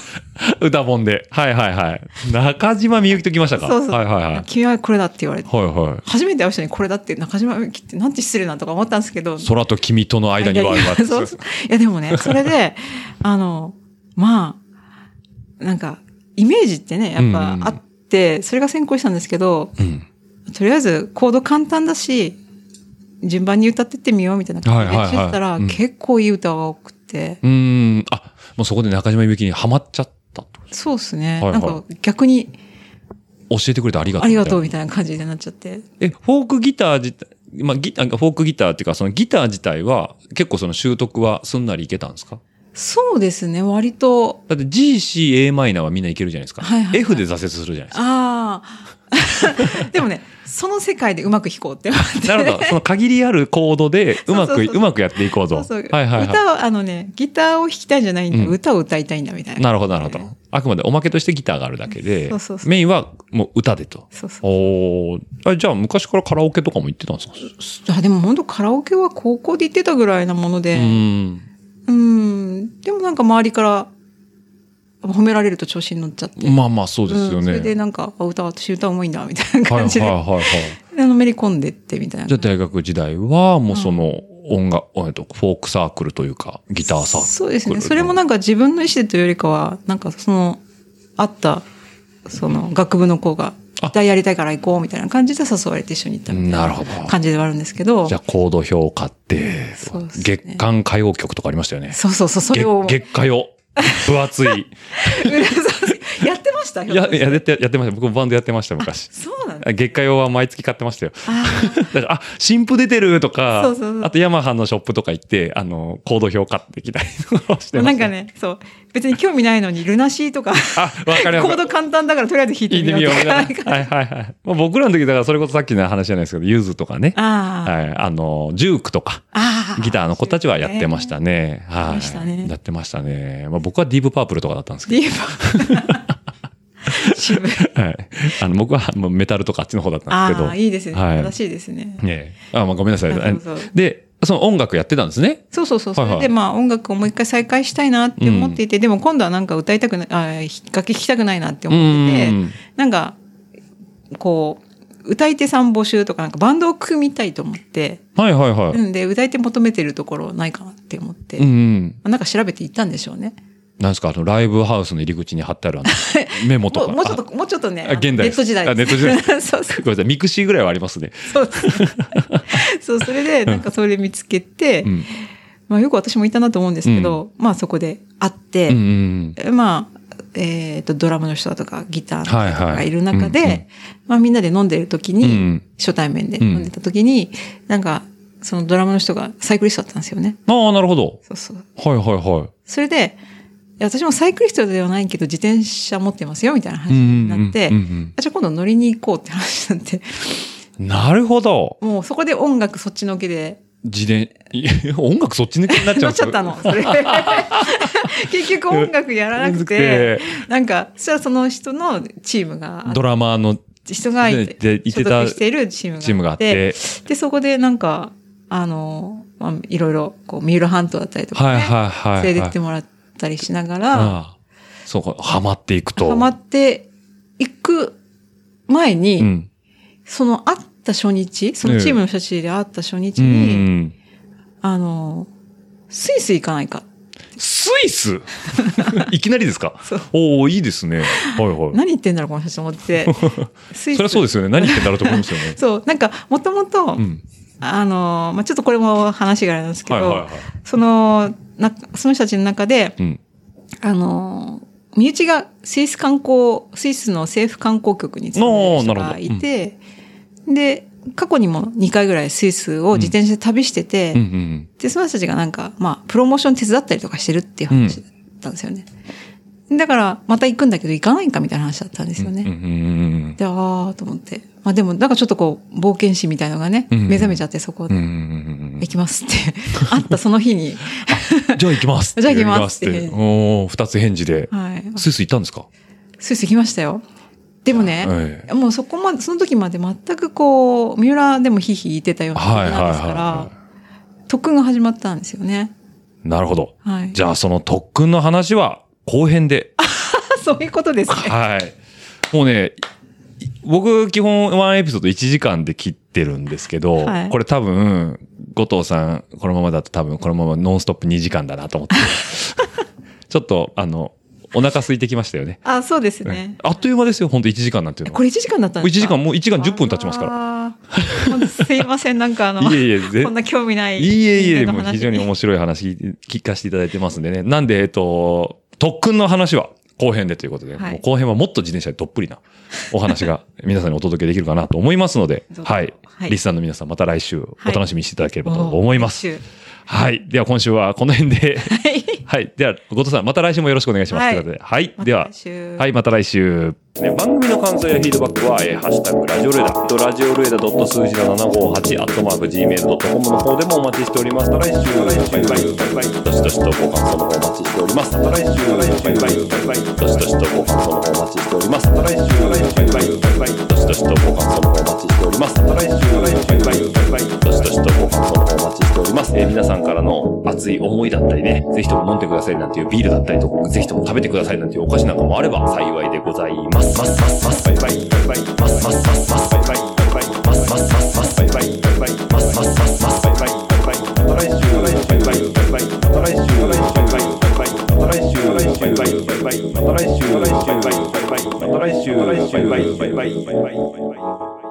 D: 歌本で。はいはいはい。中島みゆきときましたか
E: そうそう
D: はいはいはい。はい
E: 君はこれだって言われて。
D: はい。
E: 初めて会う人にこれだって中島みゆきってなんて失礼なとか思ったんですけど。
D: 空と君との間にはあるわけ
E: そうそういや、でもね、そ れで、あの、まあ、なんか、イメージってね、やっぱあって、それが先行したんですけど、
D: うん。
E: とりあえずコード簡単だし、順番に歌ってってみようみたいな感じで
D: はいはいはい
E: 練習したら、
D: うん
E: 結構いい歌が多くて、
D: うーん。あ、もうそこで中島みゆきにハマっちゃったと。
E: そうですね、
D: はいはい
E: なんか逆に
D: 教えてくれてありがとう。
E: ありがとうみたいな感じになっちゃって。
D: え、フォークギター自体、まあ、ギター、フォークギターっていうか、そのギター自体は、結構その習得はすんなりいけたんですか
E: そうですね、割と、
D: だって G、C、A マイナーはみんないけるじゃないですか。
E: はいはいはい
D: F で挫折するじゃないですか。
E: ああ、 でもね、その世界でうまく弾こうって思って。
D: なるほど。その限りあるコードで、うま
E: そうそ
D: く、
E: うそう
D: うまくやっていこうと。
E: そうそう。
D: はいはいは
E: 歌は、あのね、ギターを弾きたいんじゃないんで、
D: うん
E: 歌を歌いたいんだみたい
D: い。
E: な。
D: なるほど、なるほど。あくまでおまけとしてギターがあるだけで
E: そうそう、そう
D: メインはもう歌でと。
E: そうそう。
D: おーあじゃあ昔からカラオケとかも行ってたんですかう
E: あでも本当カラオケは高校で行ってたぐらいなもので、
D: ーん。
E: うん、でもなんか周りから褒められると調子に乗っちゃって。
D: まあまあそうですよ
E: うんそれで
D: ね。
E: なんか、あ歌、私歌うまいんだ、みたいな
D: はいは
E: 感
D: い
E: じで、
D: はいはい。
E: あのめり込んでって、みたいな。
D: じゃあ大学時代はもうその音楽、えっと、フォークサークルというか、ギターサークル。
E: そうですね。それもなんか自分の意思でというよりかは、なんかその、あった、その、学部の子が、
D: あ
E: ギターやりたいから行こう、みたいな感じで誘われて一緒に行ったみたい
D: なる
E: な
D: ほど
E: 感じではあるんですけど。
D: じゃあコード表を買って、
E: そうですね
D: 月間歌謡曲とかありましたよね。
E: そうそうそう、それ
D: 月
E: を。
D: 月歌謡。分厚 い。
E: やってました
D: い
E: ひょっ
D: や、
E: として
D: やって、やってました。僕もバンドやってました、昔。
E: そうなんだ。
D: 月歌用は毎月買ってましたよ。
E: あー
D: だから、あ、新譜出てるとか、
E: そうそうそう
D: あとヤマハのショップとか行って、あの、コード表買ってきたりとかをしてました。
E: なんか。ね、そう。別に興味ないのに、ルナシーとか、
D: あ、わかります。
E: コード簡単だからとりあえず弾い
D: 聞
E: て
D: い
E: み
D: て
E: よ
D: み
E: う
D: よう
E: と
D: み
E: か。
D: たいな。はいはいはい。まあ、僕らの時、だからそれこそさっきの話じゃないですけど、ゆずとかね。
E: あー、
D: はい。あの、ジュークとか、
E: あー。
D: ギターの子たちはやってましたね。
E: やって
D: は
E: ましたね
D: い。やってましたね。まあ、僕はディープパープルとかだったんですけ
E: ディー バ 渋い。
D: ど。はい。あの、僕はもうメタルとかあっちの方だったんですけ
E: あ
D: ど。
E: あ、いいですね。
D: はい
E: 正しいですね。
D: ねえ。あ、まあ、ごめんなさい
E: あそうそう。
D: で、その音楽やってたんですね。
E: そうそうそ
D: は
E: う。そ
D: いはい
E: れでまあ音楽をもう一回再開したいなって思っていて、でも今度はなんか歌いたくない、あー楽器弾きたくないなって
D: う
E: 思ってて、
D: ん。
E: なんか、こう、歌い手さん募集とかなんかバンドを組みたいと思って、
D: はいはいは
E: う
D: い。
E: んで、歌い手求めてるところないかなって思って、
D: うんうん。
E: なんか調べていったんでしょうね。
D: なんですか、あの、ライブハウスの入り口に貼ってあるあ のメモ
E: も
D: と
E: う
D: か。
E: もうちょっ
D: あ。
E: と、もうちょっとね、
D: あ現代
E: ネ
D: で
E: ッ
D: す
E: ト時代
D: あネット時代
E: そうそう
D: ごめんなさい、ミクシーぐらいはありますね。
E: そうですねそう、それで、なんかそれ見つけて、
D: うん。
E: まあよく私もいたなと思うんですけど、まあそこで会っ
D: うんうん
E: て、
D: うん。
E: まあ、えっ、と、ドラムの人とかギターの人
D: はいはい
E: とかいる中で、
D: うんうん
E: まあみんなで飲んでる時に、
D: うん
E: 初対面で
D: うん
E: 飲んでた時に、なんか、そのドラムの人がサイクリストだったんですよね。
D: ああ、なるほど。
E: そうそう。
D: はいはいはい。
E: それで、いや私もサイクリストではないけど、自転車持ってますよ、みたいな話
D: うんうん
E: に
D: うん
E: なって、
D: うんうん
E: あじゃあ今度乗りに行こうって話になって、
D: なるほど。
E: もうそこで音楽そっちのけで、
D: 自伝、いや 音楽そっち抜きになっちゃ
E: 乗
D: うん
E: っ
D: で
E: ち
D: す
E: ゃったの。それ 結局音楽やらなくて、なんか、そしたらその人のチームがあっ
D: ドラマーの
E: 人がい
D: で
E: て、
D: でいて
E: 所
D: た
E: 属しているチームがあって、
D: チームがあって、
E: で、そこでなんか、あの、まあ、いろいろ、こう、三浦半島だったりとか、
D: はい
E: ね
D: はいはい。
E: 連れてってもらったりしながら、
D: ああそうか、ハマっていくと。
E: ハマっていく前に、
D: うん。
E: その会った初日、そのチームの人たちで会った初日
D: う
E: に、
D: ん。
E: あの、スイス行かないか。
D: スイ スいきなりですか
E: そう
D: おおいいですね。はいはい。
E: 何言ってんだろう、この人と思って。ス
D: そ
E: イス。。。
D: りゃ そうですすよね。何言ってんだろうと思いますよね
E: そう、なんか、もともと
D: う、ん。
E: あの、まあ、ちょっとこれも話があれなんですけ
D: はい
E: ど、
D: はいはい。
E: その、な、その人たちの中で、
D: うん。
E: あの、身内がスイス観光、スイスの政府観光局に勤めてる人
D: おーなる
E: が
D: ほど
E: いて、で、過去にも2回ぐらいスイスを自転車で旅してて、
D: うんうん
E: で、その人たちがなんか、まあ、プロモーション手伝ったりとかしてるっていう話だったんですよね。だから、また行くんだけど行かないんかみたいな話だったんですよね。
D: うんうんうん
E: で、あーと思って。まあでも、なんかちょっとこう、冒険心みたいのがね、
D: んうん
E: 目覚めちゃってそこ
D: うんう
E: で、
D: ん
E: 行きま すって、あったその日に、
D: うんじゃあ行きますって
E: じゃあ行きますって
D: 行きおー二つ返事で。
E: はい。
D: スイス行ったんですか
E: スイス行きましたよ。でもね、
D: え
E: もうそこまで、その時まで全くこう、三浦でもヒーヒー言ってたような
D: はいはい
E: 時なんですから、
D: は
E: 特訓が始まったんですよね。
D: い。なるほど。
E: はい。
D: じゃあその特訓の話は後編で。
E: そういうことですね。
D: はい。もうね、い僕基本ワンエピソード1時間で切ってるんですけど、
E: はい
D: これ多分、後藤さん、このままだと多分このままノンストップ2時間だなと 思って。ちょっと、あの、お腹空いてきましたよね。
E: あ、そうです
D: うん
E: ね。
D: あっという間ですよ、本当1時間なんていうの
E: こ
D: は。
E: れ1時間だったん
D: 1
E: ですか
D: 時間、もう1時間10分経ちますから。
E: ら。すいません、なんかあの、
D: いえいえ、ぜ
E: こんな興味ない。
D: いえいえ、
E: 人間の
D: もう
E: 話
D: 非常に面白い話聞かせていただいてますんでね。なんで、えっと、特訓の話は後編でということで、
E: はい
D: もう後編はもっと自転車でどっぷりなお話が 皆さんにお届けできるかなと思いますので、
E: どうぞ
D: はい。
E: はい
D: リスナーの皆さんまた来週お
E: はい
D: 楽しみにしていただければと思い ます。
E: おー
D: はい。では今週はこの辺 で、
E: はい。
D: はい。では、後藤さんまた来週もよろしくお願いします。
E: はい
D: ということで、はい。では
E: また来、週
D: はい、また来週。ね、番組の感想やフィードバックは、えーハッシュタグ、ラジオルエダ、ラジオルエダ数字の758、アットマーク、gmail.com の方でもお待ちしております。また来週、バイバイ、バイバイ、どしどしとご感想の方お待ちしております。また来週、バイバイ、バイバイ、どしどしとご感想の方お待ちしております。また来週、バイバイ、バイバイ、どしどしとご感想の方お待ちしております。また来週、バイバイ、バイバイ、どしどしとご感想の方お待ちしております。えー皆さんからの熱い思いだったりね、ぜひとも飲んでくださいなんていうビールだったりとか、ぜひとも食べてくださいなんていうお菓子なんかもあれば幸いでございます。ますますますバイバイバイバイますますますますバイバイバイバイますますますますバイバイバイバイますますますますバイバイバイバイまた来週バイバイバイバイまた来週バイバイバイバイまた来週バイバイバイバイまた来週バイバイバイバイまた来週バイバイバイバイ